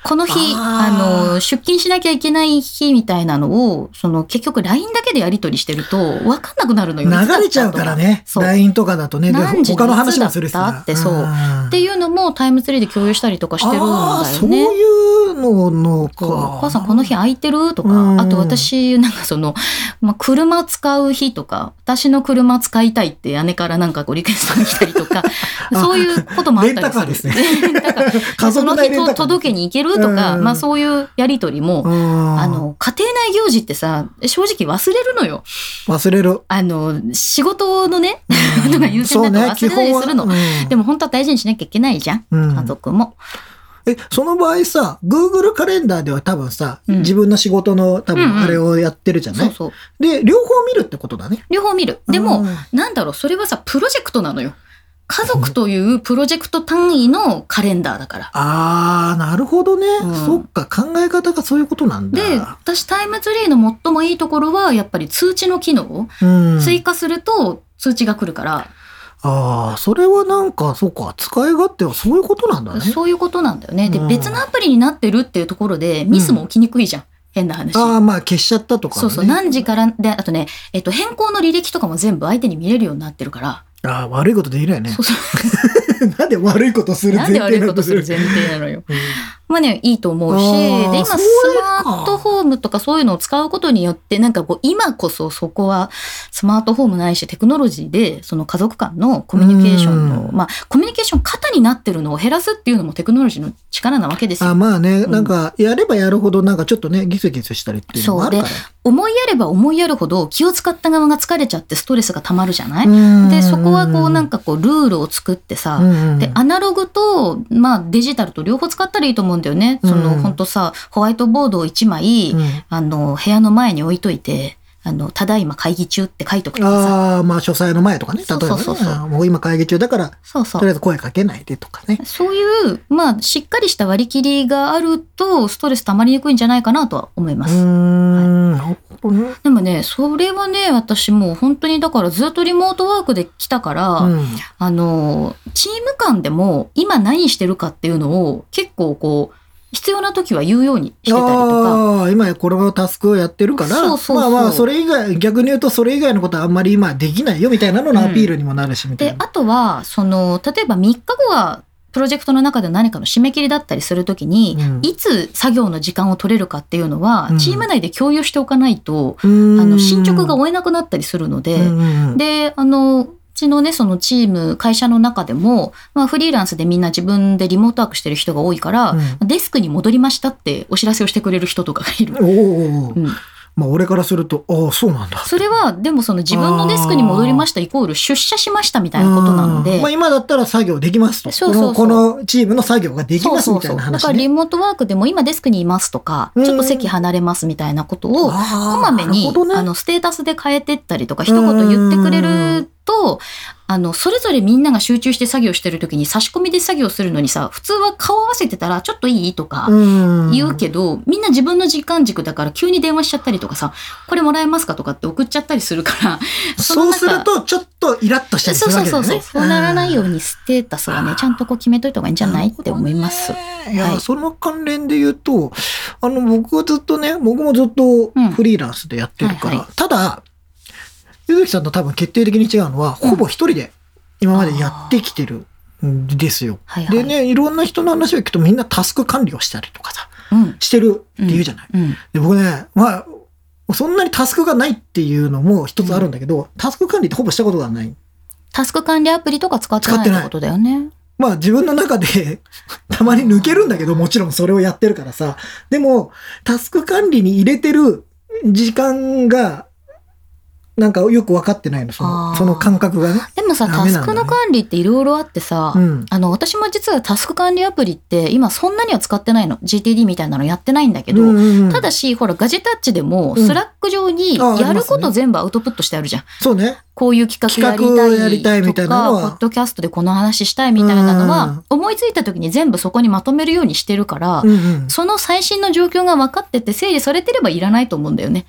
Speaker 1: この日、
Speaker 2: あ
Speaker 1: あ
Speaker 2: ー
Speaker 1: の、出勤しなきゃいけない日みたいなのを、その、結局 LINE だけでやり取りしてると、わかんなくなるのよ。いつだった
Speaker 2: 流れちゃうからね。
Speaker 1: そう
Speaker 2: LINE とかだとね。で
Speaker 1: 何時
Speaker 2: 他の話もするし
Speaker 1: いつだ
Speaker 2: さ
Speaker 1: っ。たってそうんとか。っていうのもタイムツリーで共有したりとかしてるんだ
Speaker 2: ああ、
Speaker 1: よ
Speaker 2: そう
Speaker 1: ね。
Speaker 2: いうののか。
Speaker 1: そうお母さんこの日空いてると
Speaker 2: う
Speaker 1: か
Speaker 2: ん、、
Speaker 1: あと私、なんかその、 (laughs) まあ、車使う日とか、私の車使いたいって姉からなんかごリクエストが来たりとか
Speaker 2: (laughs)
Speaker 1: そういうこともあったりする。
Speaker 2: レンタカーですね
Speaker 1: レン (laughs) タカーそ
Speaker 2: 家族
Speaker 1: の
Speaker 2: 内
Speaker 1: 日
Speaker 2: 連絡
Speaker 1: と届けに行けるとか、
Speaker 2: うん
Speaker 1: まあそういうやりとりも、
Speaker 2: うん
Speaker 1: あの、家庭内行事ってさ、正直忘れるのよ。
Speaker 2: 忘
Speaker 1: (laughs)
Speaker 2: れる。
Speaker 1: あの、仕事のね、とか優先だと忘れたりするの。で
Speaker 2: も、
Speaker 1: も本当は大事にしなきゃいけないじゃん。
Speaker 2: うん
Speaker 1: 家族も。
Speaker 2: え、その場合さ、Google カレンダーでは多分さ、
Speaker 1: うん
Speaker 2: 自分の仕事の
Speaker 1: うん
Speaker 2: 多
Speaker 1: う
Speaker 2: 分
Speaker 1: ん
Speaker 2: あれをやってるじゃな
Speaker 1: そう
Speaker 2: い
Speaker 1: そう。
Speaker 2: で、両方見るってことだね。
Speaker 1: 両方見る。でも、
Speaker 2: うん
Speaker 1: なんだろう、それはさ、プロジェクトなのよ。家族というプロジェクト単位のカレンダーだから。
Speaker 2: あー、なるほどね。
Speaker 1: うん
Speaker 2: そっか、考え方がそういうことなんだ。
Speaker 1: で、私タイムツリーの最もいいところは、やっぱり通知の機能を
Speaker 2: うん、
Speaker 1: 追加すると通知が来るから、
Speaker 2: ああ、それはなんか、そうか、使い勝手はそういうことなんだね。
Speaker 1: そういうことなんだよね。で、
Speaker 2: うん
Speaker 1: 別のアプリになってるっていうところで、ミスも起きにくいじゃん。変な話。
Speaker 2: ああ、まあ消しちゃったとか、ね。
Speaker 1: そうそう。何時から、で、あとね、えっと、変更の履歴とかも全部相手に見れるようになってるから。
Speaker 2: ああ、悪いことできないね
Speaker 1: そ。うそ
Speaker 2: なんで悪いことす
Speaker 1: う。
Speaker 2: る
Speaker 1: なんで悪いことする
Speaker 2: 前
Speaker 1: 前提なのよ。
Speaker 2: 提なんだ
Speaker 1: まあね、いいと思うし、
Speaker 2: あ
Speaker 1: で、
Speaker 2: ー
Speaker 1: 今、
Speaker 2: そ
Speaker 1: ス
Speaker 2: うか
Speaker 1: マートフォームとかそういうのを使うことによって、なんかこう、今こそそこは、スマートフォームないし、テクノロジーで、その家族間のコミュニケーションの、
Speaker 2: うん
Speaker 1: まあ、コミュニケーション型になってるのを減らすっていうのもテクノロジーの力なわけです
Speaker 2: あ
Speaker 1: よ。
Speaker 2: まあね、
Speaker 1: うん
Speaker 2: なんか、やればやるほど、なんかちょっとね、ギスギスしたりっていうのもあるから。
Speaker 1: 思いやれば思いやるほど、気を使った側が疲れちゃってストレスが溜まるじゃない
Speaker 2: うん
Speaker 1: でそこはこうなんかこうルールを作ってさ、
Speaker 2: うん
Speaker 1: でアナログと、まあ、デジタルと両方使ったらいいと思うんだよね。その、
Speaker 2: うん
Speaker 1: ほんとさホワイトボードを1枚、
Speaker 2: うん
Speaker 1: あの部屋の前に置いといてあの「ただいま会議中」って書いとくとかさ
Speaker 2: ああ、まあ、書斎の前とかね、例
Speaker 1: そ
Speaker 2: え
Speaker 1: うそ
Speaker 2: ば
Speaker 1: う
Speaker 2: ね
Speaker 1: そうそう
Speaker 2: あーもう今会議中だから、と
Speaker 1: そうそ
Speaker 2: りあえ
Speaker 1: う。
Speaker 2: ず声かけないでとかね。
Speaker 1: そういう、まあ、しっかりした割り切りがあると、ストレス溜まりにくいんじゃないかなとは思いま
Speaker 2: うー
Speaker 1: す。
Speaker 2: ん、なるほどね。
Speaker 1: でもね、それはね、私もう本当にだからずっとリモートワークで来たから、
Speaker 2: うん
Speaker 1: あの、チーム間でも今何してるかっていうのを結構こう、必要な時は言うようにしてたりとか。
Speaker 2: ああ、今このタスクをやってるから、
Speaker 1: そうそうそう
Speaker 2: まあまあ、それ以外、逆に言うとそれ以外のことはあんまり今できないよみたいなののアピールにもなるし、みたい
Speaker 1: で、
Speaker 2: な。
Speaker 1: あとは、その、例えば3日後は、プロジェクトの中で何かの締め切りだったりするときに、
Speaker 2: うん
Speaker 1: いつ作業の時間を取れるかっていうのは、
Speaker 2: うん
Speaker 1: チーム内で共有しておかないと、
Speaker 2: あ
Speaker 1: あの、進捗が追えなくなったりするので、
Speaker 2: で、
Speaker 1: で、あの、うちのね、そのチーム、会社の中でも、まあ、フリーランスでみんな自分でリモートワークしてる人が多いから、
Speaker 2: うん
Speaker 1: デスクに戻りましたってお知らせをしてくれる人とかがいる。
Speaker 2: おお、
Speaker 1: うん、
Speaker 2: まあ俺からすると、ああ、そうなんだ。
Speaker 1: それは、でもその自分のデスクに戻りましたイコール出社しましたみたいなことなの
Speaker 2: う
Speaker 1: で
Speaker 2: んまあ、、今だったら作業できますと。
Speaker 1: そうそうそう
Speaker 2: このこのチームの作業ができますみたいな
Speaker 1: だ
Speaker 2: 話、
Speaker 1: からリ
Speaker 2: ね。
Speaker 1: モートワークでも今デスクにいますとか、
Speaker 2: うん
Speaker 1: ちょっと席離れますみたいなことを、
Speaker 2: ああ
Speaker 1: こまめに、
Speaker 2: なるほどね
Speaker 1: あの、ステータスで変えてったりとか、一言言ってくれると、あの、それぞれみんなが集中して作業してる時に差し込みで作業するのにさ、普通は顔合わせてたら、ちょっといいとか、
Speaker 2: うん
Speaker 1: 言うけど、みんな自分の時間軸だから急に電話しちゃったりとかさ、これもらえますかとかって送っちゃったりするから、の
Speaker 2: そう
Speaker 1: 中
Speaker 2: すると、ちょっとイラッとしたりす
Speaker 1: そう
Speaker 2: る
Speaker 1: そ
Speaker 2: わ
Speaker 1: う
Speaker 2: けだ
Speaker 1: そう
Speaker 2: よね。
Speaker 1: そう、そうならないようにステータスはね、ちゃんとこう決めといた方がいいんじゃないって思います。
Speaker 2: なるほどねいや、
Speaker 1: はい
Speaker 2: その関連で言うと、あの、僕はずっとね、僕もずっと
Speaker 1: うん
Speaker 2: フリーランスでやってるか
Speaker 1: は
Speaker 2: ら、
Speaker 1: いは
Speaker 2: ただ、ゆずきさんと多分決定的に違うのは、
Speaker 1: うん
Speaker 2: ほぼ一人で今までやってきてるんですよ。
Speaker 1: はいはい。
Speaker 2: でね、いろんな人の話を聞くとみんなタスク管理をしたりとかさ、
Speaker 1: うん。
Speaker 2: してるって言うじゃない。
Speaker 1: うん。
Speaker 2: で僕ね、まあ、そんなにタスクがないっていうのも一つあるんだけど、タスク管理ってほぼしたことがない。
Speaker 1: タスク管理アプリとか使ってないってことだよね。
Speaker 2: まあ自分の中で (laughs) たまに抜けるんだけど、もちろんそれをやってるからさ。でも、タスク管理に入れてる時間が、なんかよく分かってないの、そ
Speaker 1: あ
Speaker 2: の、
Speaker 1: ー
Speaker 2: その感覚がね。
Speaker 1: でもさ、
Speaker 2: ダ
Speaker 1: タ
Speaker 2: メ
Speaker 1: ス
Speaker 2: なんだ
Speaker 1: ク
Speaker 2: ね
Speaker 1: の管理っていろいろあってさ、
Speaker 2: うん。
Speaker 1: あの、私も実はタスク管理アプリって今そんなには使ってないの。GTD みたいなのやってないんだけど、
Speaker 2: うんうんうん
Speaker 1: ただし、ほら、ガジェタッチでも、
Speaker 2: うん
Speaker 1: スラック上に
Speaker 2: あありますね
Speaker 1: やること全部アウトプットしてあるじゃん。
Speaker 2: そうね。
Speaker 1: こういう企画やりたい
Speaker 2: 企画をやりたいみたいなのは
Speaker 1: とか、ポッドキャストでこの話したいみたいなのは、思いついた時に全部そこにまとめるようにしてるから、
Speaker 2: うんうん。
Speaker 1: その最新の状況が分かってて整理されてればいらないと思うんだよね。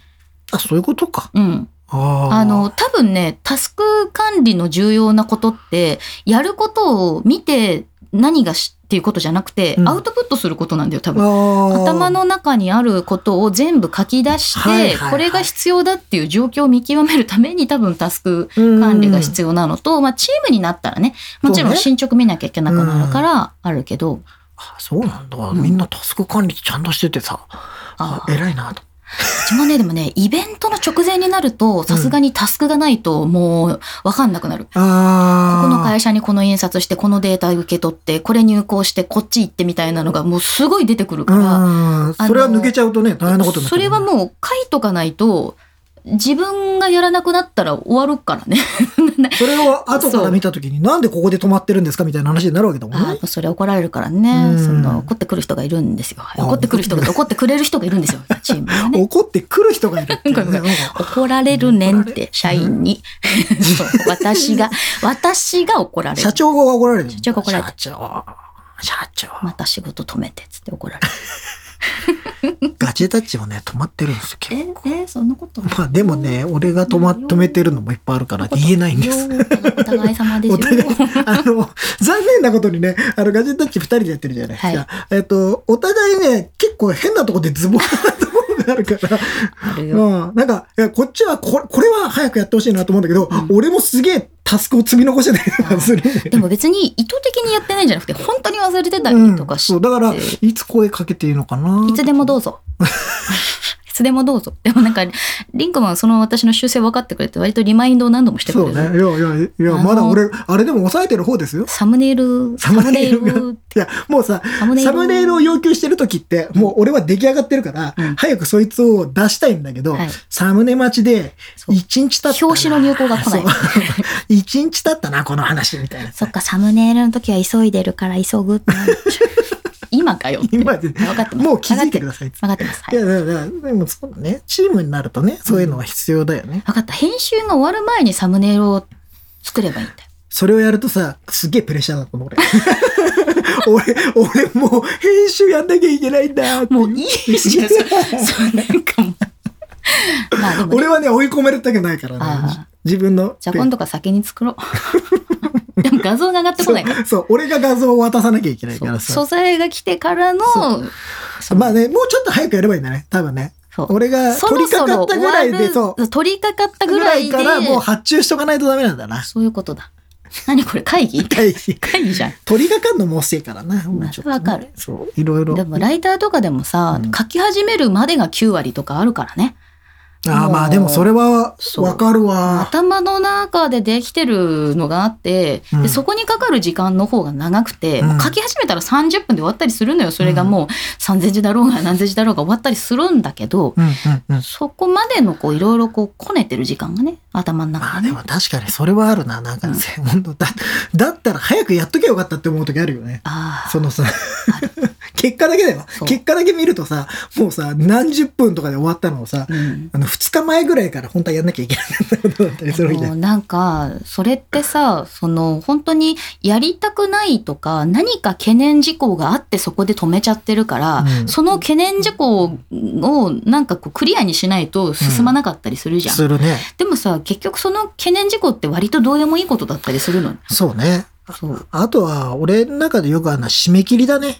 Speaker 2: あ、そういうことか。
Speaker 1: うん。
Speaker 2: あー
Speaker 1: あの、、多分ね、タスク管理の重要なことって、やることを見て何がしっていうことじゃなくて、
Speaker 2: うん
Speaker 1: アウトプットすることなんだよ、多分。頭
Speaker 2: 頭
Speaker 1: の中にあることを全部書き出して、
Speaker 2: はいはいはい
Speaker 1: これが必要だっていう状況を見極めるために多分タスク管理が必要なのと、まあチームになったらね、もちろん
Speaker 2: そう
Speaker 1: 進捗見なきゃいけなくなるからあるけど、
Speaker 2: あそうなんだ、
Speaker 1: ん
Speaker 2: みんなタスク管理ちゃんとしててさ
Speaker 1: あ
Speaker 2: あ偉いなと
Speaker 1: うちもね、でもね、イベントの直前になると、さすがにタスクがないともうわかんなくなる。こ
Speaker 2: あ
Speaker 1: この
Speaker 2: 社
Speaker 1: 会社にこの印刷して、このデータ受け取って、これ入稿して、こっち行ってみたいなのがもうすごい出てくるから、
Speaker 2: うんそれは抜けちゃうとね大変なことになっち
Speaker 1: そ
Speaker 2: ゃ
Speaker 1: うれはもう書いとかないと、自分がやらなくなったら終わるからね。
Speaker 2: それを後から見た時になんでここで止まってるんですかみたいな話になるわけだもん
Speaker 1: あ
Speaker 2: ね
Speaker 1: あ、それ怒られるからね。
Speaker 2: うん
Speaker 1: その怒ってくる人がいるんですよ。はい
Speaker 2: あ
Speaker 1: 怒ってくる人が、怒ってくれる人がいるんですよ。チームがね。
Speaker 2: 怒ってくる人がいる
Speaker 1: (laughs)
Speaker 2: っていうね
Speaker 1: ごめんご
Speaker 2: なんか
Speaker 1: 怒られるねんって、社員に。 (laughs) そう私が、私が怒られる。
Speaker 2: 社長が怒られる社
Speaker 1: 長が怒られる
Speaker 2: 社長社長
Speaker 1: また仕事止めてっつって怒られる。
Speaker 2: ガチェタッチもね止まってるんですよ結構
Speaker 1: え、え、そんなこと
Speaker 2: まあでもね俺が止ま止めてるのもいっぱいあるから言えないんです
Speaker 1: お互い様ですよ
Speaker 2: (laughs) お。互い、あの、残念なことにね、あの、ガジェタッチ二人でやってるじゃないですか。えっと、お互いね、結構変なとこでズボンなところがあるから、
Speaker 1: あるよ。
Speaker 2: うん、なんか、いやこっちはこ、これは早くやってほしいなと思うんだけど、
Speaker 1: うん
Speaker 2: 俺もすげえタスクを積み残してたりとかする。
Speaker 1: (laughs) でも別に意図的にやってないんじゃなくて、本当に忘れてたりと
Speaker 2: う
Speaker 1: か
Speaker 2: ん
Speaker 1: し
Speaker 2: そう、だから、いつ声かけていいのかな。
Speaker 1: いつでもど
Speaker 2: う
Speaker 1: う
Speaker 2: (laughs)
Speaker 1: ぞ。いつでもどうぞ。でもなんか、リンクマンはその私の修正分かってくれて、割とリマインドを何度もしてくれ
Speaker 2: そう
Speaker 1: る。
Speaker 2: ね。いやいや、いや、
Speaker 1: あの
Speaker 2: まだ俺、あれでも抑えてる方ですよ。
Speaker 1: サムネイル、
Speaker 2: サムネイルが
Speaker 1: サム
Speaker 2: いや、もうさ、
Speaker 1: サムネイル
Speaker 2: サムネイルを要求してる時って、もう俺は出来上がってるから、
Speaker 1: うん
Speaker 2: 早くそいつを出したいんだけど、
Speaker 1: はい
Speaker 2: サムネ待ちで、
Speaker 1: そう
Speaker 2: 一日経ったな。
Speaker 1: 表紙の入稿が来ない
Speaker 2: そう。一日経ったな、この話、みたいな。
Speaker 1: そっか、サムネイルの時は急いでるから急ぐってなる今かよって。
Speaker 2: 今で
Speaker 1: 分かってます。
Speaker 2: もう気づいてください。
Speaker 1: 分かってます。はい
Speaker 2: いや、だから、でもそうだね、チームになるとね、そういうのは必要だよね。
Speaker 1: 分かった。編集が終わる前にサムネイルを作ればいいんだよ。
Speaker 2: それをやるとさ、すげえプレッシャーだったの、
Speaker 1: (laughs)
Speaker 2: 俺。俺、俺もう編集やんなきゃいけないんだってい。
Speaker 1: もういいじゃん。そそう、なんかもう。まあでもね、
Speaker 2: 俺はね、追い込めるだけないから
Speaker 1: あ
Speaker 2: ね。自分の。
Speaker 1: じゃあ今度から先に作ろう。 (laughs) でも画像が上がってこないから。
Speaker 2: そうそう、俺が画像を渡さなきゃいけないから
Speaker 1: 素
Speaker 2: さ。
Speaker 1: 材が来てからの、その
Speaker 2: まあね、もうちょっと早くやればいいんだね、多分ね。
Speaker 1: そう
Speaker 2: 俺が
Speaker 1: そ
Speaker 2: 取
Speaker 1: ろ
Speaker 2: り
Speaker 1: そ
Speaker 2: 掛か
Speaker 1: ろ
Speaker 2: った
Speaker 1: 終
Speaker 2: ぐ
Speaker 1: わ
Speaker 2: らい
Speaker 1: る
Speaker 2: で、そう。
Speaker 1: 取り掛かったぐ
Speaker 2: ぐ
Speaker 1: ら
Speaker 2: ら
Speaker 1: い
Speaker 2: い
Speaker 1: で
Speaker 2: からもう発注しとかないとダメなんだな。
Speaker 1: そういうことだ何これ会議 (laughs)
Speaker 2: 会議
Speaker 1: 会議じゃん
Speaker 2: 取り掛かるのも遅いからな。もうちょっとね
Speaker 1: わかる
Speaker 2: そう、いろいろ。
Speaker 1: でもライターとかでもさ、
Speaker 2: うん
Speaker 1: 書き始めるまでが9割とかあるからね
Speaker 2: ああ、まあでもそれは
Speaker 1: そう
Speaker 2: わかるわ。
Speaker 1: 頭の中でできてるのがあって、
Speaker 2: う
Speaker 1: で
Speaker 2: ん
Speaker 1: そこにかかる時間の方が長くて、
Speaker 2: うん
Speaker 1: もう書き始めたら30分で終わったりするのよそれがもう3,000字だろうが何千字だろうが終わったりするんだけど、
Speaker 2: うんうんうん。
Speaker 1: そこまでのこういろいろこうこねてる時間がね頭の
Speaker 2: ま
Speaker 1: 中
Speaker 2: あ
Speaker 1: で
Speaker 2: で
Speaker 1: ね。
Speaker 2: も確かにそれはあるな。なんか、本当だ、だったら早くやっときゃよかったって思う時あるよね。
Speaker 1: ああ
Speaker 2: そのさ、 (laughs) 結果だけだよ
Speaker 1: そ。う
Speaker 2: 結果だけ見るとさ、もうさ、何十分とかで終わったのをさ、
Speaker 1: うん
Speaker 2: あの、二日前ぐらいから本当はやんなきゃいけなかったことだったりするわけじゃ
Speaker 1: あ
Speaker 2: ん
Speaker 1: のなんかそれってさその本当にやりたくないとか何か懸念事項があってそこで止めちゃってるから、
Speaker 2: うん
Speaker 1: その懸念事項をなんかこうクリアにしないと進まなかったりするじゃん。
Speaker 2: するね。
Speaker 1: でもさ結局その懸念事項って割とどうでもいいことだったりするの
Speaker 2: そうね。
Speaker 1: そう
Speaker 2: あとは、俺の中でよくあるのは締め切りだね。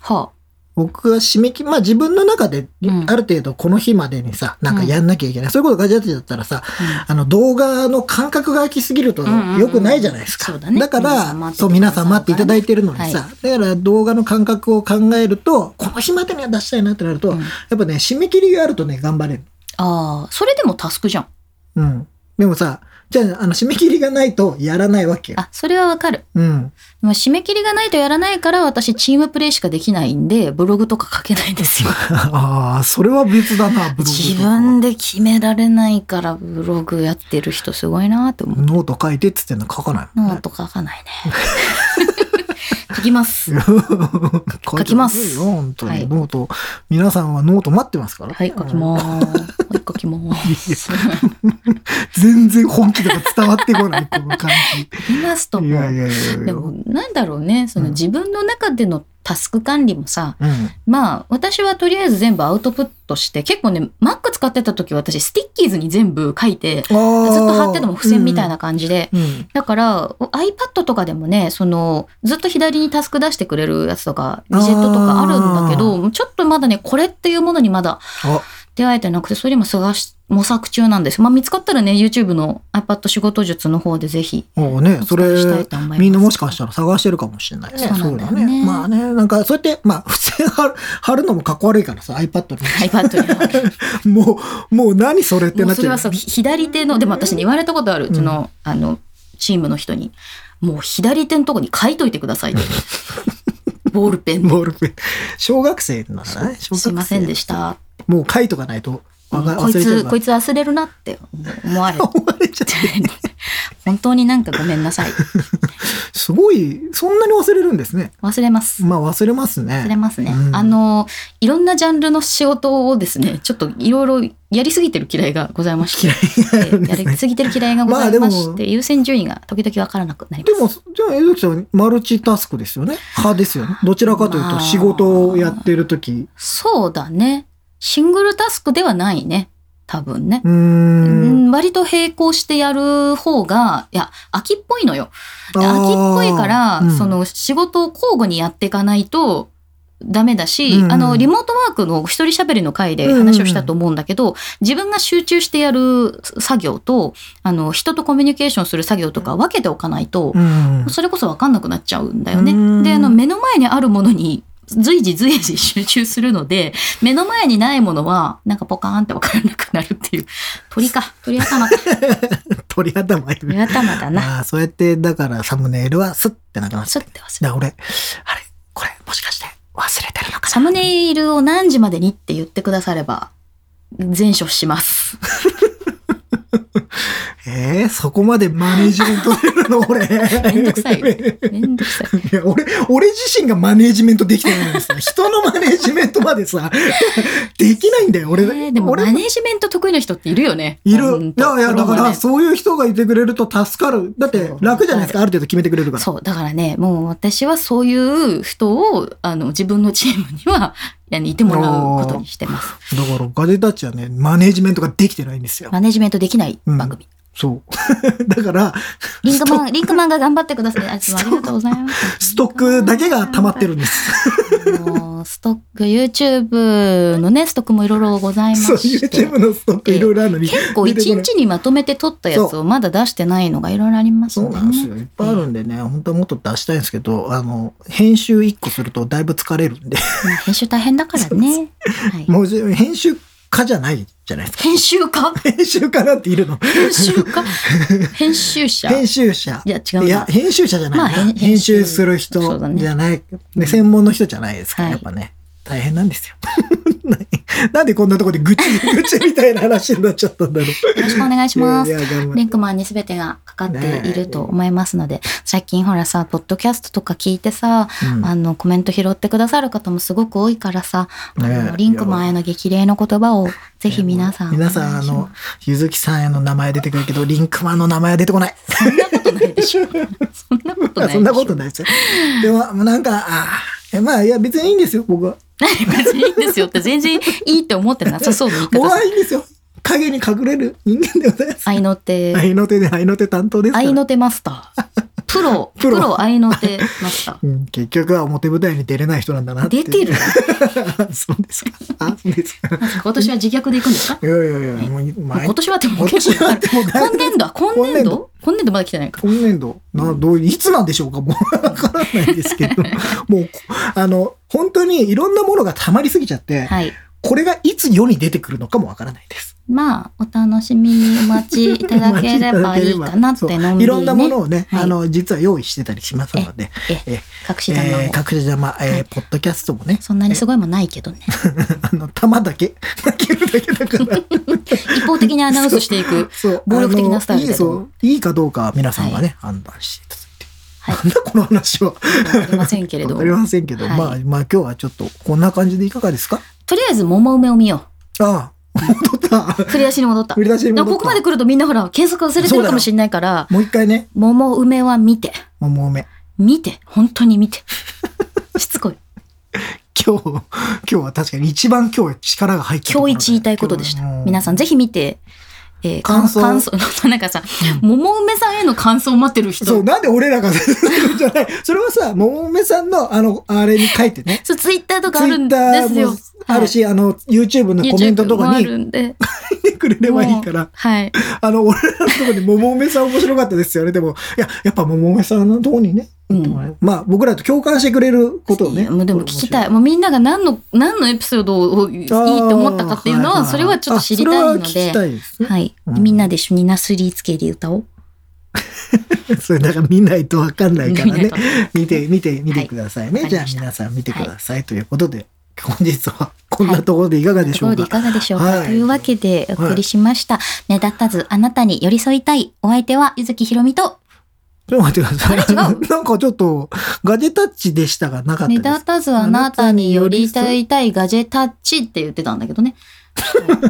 Speaker 1: は
Speaker 2: 僕は締め切り、まあ自分の中で、
Speaker 1: うん
Speaker 2: ある程度この日までにさ、なんかやんなきゃいけない。そういうことガジェットだったらさ、あの動画の間隔が空きすぎると
Speaker 1: うんうんうん
Speaker 2: 良くないじゃないですか。
Speaker 1: そうだね
Speaker 2: か
Speaker 1: 皆さん待
Speaker 2: ら、
Speaker 1: ってて
Speaker 2: そう、皆さん待っていただいてるのに
Speaker 1: は
Speaker 2: さ、だから動画の間隔を考えると、この日までには出したいなってなると、
Speaker 1: うん
Speaker 2: やっぱね、締め切りがあるとね、頑張れる。
Speaker 1: ああ、それでもタスクじゃん。
Speaker 2: うん。でもさ、じゃあ、あの、締め切りがないとやらないわけよ。
Speaker 1: あ、それはわかる。
Speaker 2: うん。 (laughs)
Speaker 1: まあ、締め切りがないとやらないから私チームプレイしかできないんで、ブログとか書けないんですよ。
Speaker 2: ああ、それは別だな、ブログとか
Speaker 1: 自分で決められないからブログやってる人すごいなって思う。
Speaker 2: ノート書いてっつってんの書かない
Speaker 1: ノート書かないね。書きます。
Speaker 2: (laughs) 書
Speaker 1: 書きます
Speaker 2: よ、本当に。
Speaker 1: はい
Speaker 2: ノート、皆さんはノート待ってますから。
Speaker 1: はい、書きます。はい、書きます。
Speaker 2: 全然本気とか伝わってこない、この感
Speaker 1: (laughs)
Speaker 2: じ。
Speaker 1: いますと
Speaker 2: いやい
Speaker 1: も。
Speaker 2: やいやい
Speaker 1: で
Speaker 2: や。
Speaker 1: も、なんだろうね、その
Speaker 2: うん
Speaker 1: 自分の中でのタスク管理もさ、
Speaker 2: うん。
Speaker 1: まあ、私はとりあえず全部アウトプットして、結構ね、Mac 使ってた時私、スティッキーズに全部書いて、
Speaker 2: ずっ
Speaker 1: ずっと
Speaker 2: と
Speaker 1: 貼ってたのも付箋みたい。な感じで、
Speaker 2: うんうん。
Speaker 1: だから、お iPad とかでもね、その、ずっと左にタスク出してくれるやつとか、ウィジェットとかあるんだけど、ちょっとまだね、これっていうものにまだ
Speaker 2: あ
Speaker 1: 出会えてなくて、それ今探し、模索中なんです。まあ、見つかったらね、YouTube の iPad 仕事術の方でぜひ、
Speaker 2: もうね、それ
Speaker 1: お伝えしたいと思います
Speaker 2: みんなもしかしたら探してるかもしれないね。
Speaker 1: そうなんだよね
Speaker 2: そうだまあね、なんか、そうやって、まあ、付箋貼る、貼るのもかっこ悪いからさ、iPad に。 (laughs)
Speaker 1: iPad には。
Speaker 2: もう、もう何それって
Speaker 1: もう
Speaker 2: なっ
Speaker 1: そ
Speaker 2: ち
Speaker 1: れ
Speaker 2: ゃ
Speaker 1: は
Speaker 2: う。
Speaker 1: そう、ひ左手の、でも私ね、言われたことある、うちの、あの、チームの人に、もう左手のとこに書いといてください
Speaker 2: (laughs)
Speaker 1: って。ボールペン。
Speaker 2: ボールペン。小学生なんだね。小学生
Speaker 1: すいませんでした。
Speaker 2: もう書いとかないと、わか
Speaker 1: こい
Speaker 2: 忘れちゃう
Speaker 1: つ、
Speaker 2: から
Speaker 1: こいつ忘れるなって思
Speaker 2: (laughs)
Speaker 1: われて。
Speaker 2: 思われちゃう
Speaker 1: 本当になんかごめんなさい。
Speaker 2: すごい、そんなに忘れるんですね。
Speaker 1: 忘れます。
Speaker 2: まあ忘れますね。
Speaker 1: 忘れますね。
Speaker 2: うん
Speaker 1: あの、いろんなジャンルの仕事をですね、ちょっといろいろやりすぎてる嫌いがございまして、
Speaker 2: 嫌いがあるんで
Speaker 1: や
Speaker 2: すね
Speaker 1: りすぎてる嫌いがございまし
Speaker 2: まあ
Speaker 1: て、優先順位が時々わからなくなり
Speaker 2: で
Speaker 1: ます。
Speaker 2: も、じゃあ、江崎さん、マルチタスクですよね。派ですよね。どちらかという
Speaker 1: ま
Speaker 2: と、
Speaker 1: あ
Speaker 2: 仕事をやってるとき。
Speaker 1: そうだね。シングルタスクではないね。多分ね。
Speaker 2: うー
Speaker 1: うん
Speaker 2: ん。
Speaker 1: 割と並行してやる方が、いや、秋っぽいのよ。で
Speaker 2: あ
Speaker 1: 秋っ
Speaker 2: ー
Speaker 1: ぽいから、
Speaker 2: うん
Speaker 1: その仕事を交互にやっていかないとダメだし、
Speaker 2: うんうん
Speaker 1: あのリモートワークの一人喋りの回で話をしたと思うんだけど、自分が集中してやる作業とあの人とコミュニケーションする作業とか分けておかないと、 (laughs)
Speaker 2: うん。
Speaker 1: それこそ分かんなくなっちゃうんだよ
Speaker 2: う
Speaker 1: ね。
Speaker 2: ん
Speaker 1: であの目の前にあるものに随時随時集中するので目の前にないものはなんかポカーンって分からなくなるっていう鳥か鳥頭か
Speaker 2: (laughs) 鳥頭いる (laughs)
Speaker 1: 鳥頭だな。
Speaker 2: ああ、そうやって、だから、サムネイルはスッってなってます。
Speaker 1: すって忘れ
Speaker 2: だから俺、あれ、これ、もしかして、忘れてるのか
Speaker 1: サムネイルを何時までにって言ってくだされば、全処します。
Speaker 2: なえー、そこまでマネジメントできるの俺。
Speaker 1: (laughs) めんどく
Speaker 2: (laughs)
Speaker 1: さい。めんどくさい。
Speaker 2: いや、俺、俺自身がマネージメントできてないんですよ。人のマネージメントまでさ、 (laughs) できないんだよ、俺。
Speaker 1: ねえでも
Speaker 2: 俺
Speaker 1: マネージメント得意な人っているよね。
Speaker 2: い
Speaker 1: ほ
Speaker 2: る
Speaker 1: ん。
Speaker 2: い
Speaker 1: と
Speaker 2: やいや、だか
Speaker 1: プロは
Speaker 2: ら、
Speaker 1: ね
Speaker 2: そういう人がいてくれると助かる。だって
Speaker 1: そう、
Speaker 2: 楽じゃないですか、ある程度決めてくれるから。
Speaker 1: そう、だからね、もう私はそういう人を、あの、自分のチームには、いやいてもらうことにしてます。
Speaker 2: だから、ガジェタッチはね、マネージメントができてないんですよ。
Speaker 1: マネージメントできない番組。
Speaker 2: そう。 (laughs) だから、
Speaker 1: リンクマン、リンクマンが頑張ってください。あいつもありがとうございます。
Speaker 2: ストックだけが溜まってるんです。
Speaker 1: もう。ストック、YouTube のね、ストックもいろいろございま
Speaker 2: そう、
Speaker 1: して。
Speaker 2: YouTube のストックいろいろあるのに。
Speaker 1: 結構
Speaker 2: 出てこ
Speaker 1: 一
Speaker 2: ない
Speaker 1: 日にまとめて撮ったやつをまだ出してないのがいろいろあります
Speaker 2: そ
Speaker 1: よ
Speaker 2: う
Speaker 1: ね。
Speaker 2: なんですよ。いっぱいあるんでね、本当はもっと出したいんですけど、あの、編集1個するとだいぶ疲れるんで、
Speaker 1: まあ編集大変だからね。はい、
Speaker 2: もう編集家じゃないじゃないですか。
Speaker 1: 編集家
Speaker 2: 編集家なんているの。
Speaker 1: 編集家編集者
Speaker 2: 編集者。
Speaker 1: いや違うない
Speaker 2: や、編集者じゃない
Speaker 1: ま
Speaker 2: な。
Speaker 1: あ編
Speaker 2: 編集する人
Speaker 1: そうだね
Speaker 2: じゃない。ね、専門の人じゃないですから、
Speaker 1: はい
Speaker 2: やっぱね。大変なんですよ。 (laughs) なんでこんなとこ
Speaker 1: (laughs)
Speaker 2: で愚痴、愚痴みたいな話になっちゃったんだろう。
Speaker 1: よろしくお願いします
Speaker 2: い。やいや頑張って
Speaker 1: リンクマンに全てがかかっていると思いますので、最近ほらさ、ポッドキャストとか聞いてさ、
Speaker 2: うん
Speaker 1: あの、コメント拾ってくださる方もすごく多いからさ、あ
Speaker 2: ねえ
Speaker 1: のリンクマンへの激励の言葉をぜひ皆さん。
Speaker 2: 皆さん、あの、、ゆずきさんへの名前出てくるけど、リンクマンの名前は出てこない。
Speaker 1: そんなことないでしょ。
Speaker 2: (laughs)
Speaker 1: そんなことないでしょ。
Speaker 2: そんなことないですよ。でも、なんか、あーえまあ、いや、別にいいんですよ、僕は。
Speaker 1: 何別にいいんですよって全然いいって思ってなさそうな言い
Speaker 2: 僕
Speaker 1: 方さ
Speaker 2: (laughs) はいいんですよ。影に隠れる人間でございます。
Speaker 1: 愛の手
Speaker 2: 愛の手で愛の手担当ですから。
Speaker 1: 愛の手マスタープロ、プ
Speaker 2: (laughs) プロ
Speaker 1: ロ愛の手マスター。
Speaker 2: うん、結局は表舞台に出れない人 (laughs) なんだなってい
Speaker 1: 出
Speaker 2: う。
Speaker 1: てる
Speaker 2: (laughs) そうですか。あ、そうですか。
Speaker 1: なんか今年は自虐でいくんですか
Speaker 2: いやいやいや、もう
Speaker 1: もう
Speaker 2: 毎
Speaker 1: 今年はってもう
Speaker 2: 今
Speaker 1: 結
Speaker 2: 年
Speaker 1: 構
Speaker 2: は
Speaker 1: ある
Speaker 2: でもだい
Speaker 1: 今
Speaker 2: ぶ
Speaker 1: 年度は今
Speaker 2: 今
Speaker 1: 年
Speaker 2: 年
Speaker 1: 度
Speaker 2: 度
Speaker 1: 今年度まだ来てないか。
Speaker 2: 今年度などういつなんでしょうかもうわからないです
Speaker 1: (laughs)
Speaker 2: けどもうあの本当にいろんなものが溜まりすぎちゃって、
Speaker 1: はい。
Speaker 2: これがいつ世に出てくるのかもわからないです。
Speaker 1: まあ、お楽しみにお待ちいただければいいかなっ
Speaker 2: そう
Speaker 1: てのんびりね。
Speaker 2: いろんなものをね、
Speaker 1: はい
Speaker 2: あの実は用意してたりしますので、
Speaker 1: 隠し玉を
Speaker 2: えー、隠し玉、
Speaker 1: は
Speaker 2: え
Speaker 1: い
Speaker 2: ー、ポッドキャストもね、
Speaker 1: そんなにすごいもないけどね。
Speaker 2: あの玉だけ投げるだけ
Speaker 1: (laughs)
Speaker 2: だから。
Speaker 1: 一方的にアナウンスしていく。
Speaker 2: そう
Speaker 1: 暴力的なスタイル
Speaker 2: あのい
Speaker 1: で
Speaker 2: いそういいかどうかは皆さんがね、判断していただいて、 (laughs)
Speaker 1: はい
Speaker 2: なんだこの話は
Speaker 1: わかりませんけれど。と
Speaker 2: (laughs) わか
Speaker 1: り
Speaker 2: り
Speaker 1: あ
Speaker 2: ませんけど、
Speaker 1: はい
Speaker 2: まあまあ今日はちょっとこんな感じでいかがですか
Speaker 1: えず、桃梅を見よ
Speaker 2: ああ戻った
Speaker 1: う。振り出しに戻った。
Speaker 2: 振り出しに
Speaker 1: で
Speaker 2: 戻
Speaker 1: も
Speaker 2: った
Speaker 1: ここまで来るとみんなほら、検索忘れてるかもしれないから、
Speaker 2: もう一回ね
Speaker 1: 桃梅は見て。
Speaker 2: 桃梅
Speaker 1: 見て。本当に見
Speaker 2: (laughs)
Speaker 1: て。しつこい。
Speaker 2: 今日今日は確かに一番今日力が入って
Speaker 1: 今日一言いたいことでした。皆さん
Speaker 2: ぜ
Speaker 1: ぜひ見て、えーか
Speaker 2: 感想
Speaker 1: 感想、 (laughs) なんかさ、桃梅さんへの感想を待ってる人。
Speaker 2: (laughs) そうなんで俺らが (laughs) じゃないそれはさ桃梅さんのあのあれに書いてね
Speaker 1: そう、ツイッターと
Speaker 2: ツ
Speaker 1: かあ
Speaker 2: イ
Speaker 1: るん
Speaker 2: ッ
Speaker 1: で
Speaker 2: タ
Speaker 1: す
Speaker 2: ー
Speaker 1: よ
Speaker 2: も。あるし、あの YouTube の
Speaker 1: はい、
Speaker 2: コメントと
Speaker 1: YouTube も
Speaker 2: か
Speaker 1: あ
Speaker 2: に
Speaker 1: るんで。
Speaker 2: 書いて (laughs) くれればいい
Speaker 1: も
Speaker 2: か
Speaker 1: う
Speaker 2: ら
Speaker 1: はい。
Speaker 2: あの俺らのところで桃梅さん面白かったですよねでもいややっぱ桃梅さんのとこにね、
Speaker 1: うん
Speaker 2: まあ僕らと共感してくれることを
Speaker 1: い
Speaker 2: ね
Speaker 1: やもうでも聞きた
Speaker 2: い
Speaker 1: い。もうみんなが何の、何のエピソードをいいと思ったかっていうの
Speaker 2: あ
Speaker 1: は、
Speaker 2: ー
Speaker 1: それはちょっと知りたいの
Speaker 2: あそれは聞き
Speaker 1: で。
Speaker 2: たいですね。 (laughs)
Speaker 1: はい。
Speaker 2: うん
Speaker 1: みんなで一緒になすりつけで歌おう。
Speaker 2: それだから見ないとわかんないから
Speaker 1: (laughs) 見ない
Speaker 2: ね
Speaker 1: と。
Speaker 2: 見て、見て、見てくださいね。
Speaker 1: はい
Speaker 2: じゃあ
Speaker 1: わかり
Speaker 2: 皆さん見てください。ということで、本日はこんなところでいかがで
Speaker 1: と
Speaker 2: し
Speaker 1: こ
Speaker 2: ょ
Speaker 1: ろ
Speaker 2: う
Speaker 1: で
Speaker 2: か。
Speaker 1: いかがでしょうか、
Speaker 2: はい
Speaker 1: というわけでお送りしました。目立たずあなたに寄り添いたい。お相手はゆずきひろみと、
Speaker 2: ちょっと待ってください。
Speaker 1: あれ違
Speaker 2: なんかちょっと、ガジェタッチでしたがなかった
Speaker 1: 目
Speaker 2: です。
Speaker 1: 立たずあなたに寄り添いたいガジェタッチって言ってたんだけどね。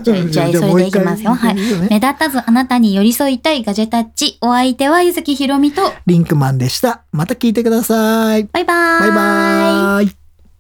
Speaker 1: じゃあ、じゃあそれでいきますよ。はい。
Speaker 2: い。
Speaker 1: 目立たずあなたに寄り添いたいガジェタッチ。お相手はゆずきひろみと、
Speaker 2: リンクマンでした。また聞いてください。
Speaker 1: バイバー
Speaker 2: バイバーイ。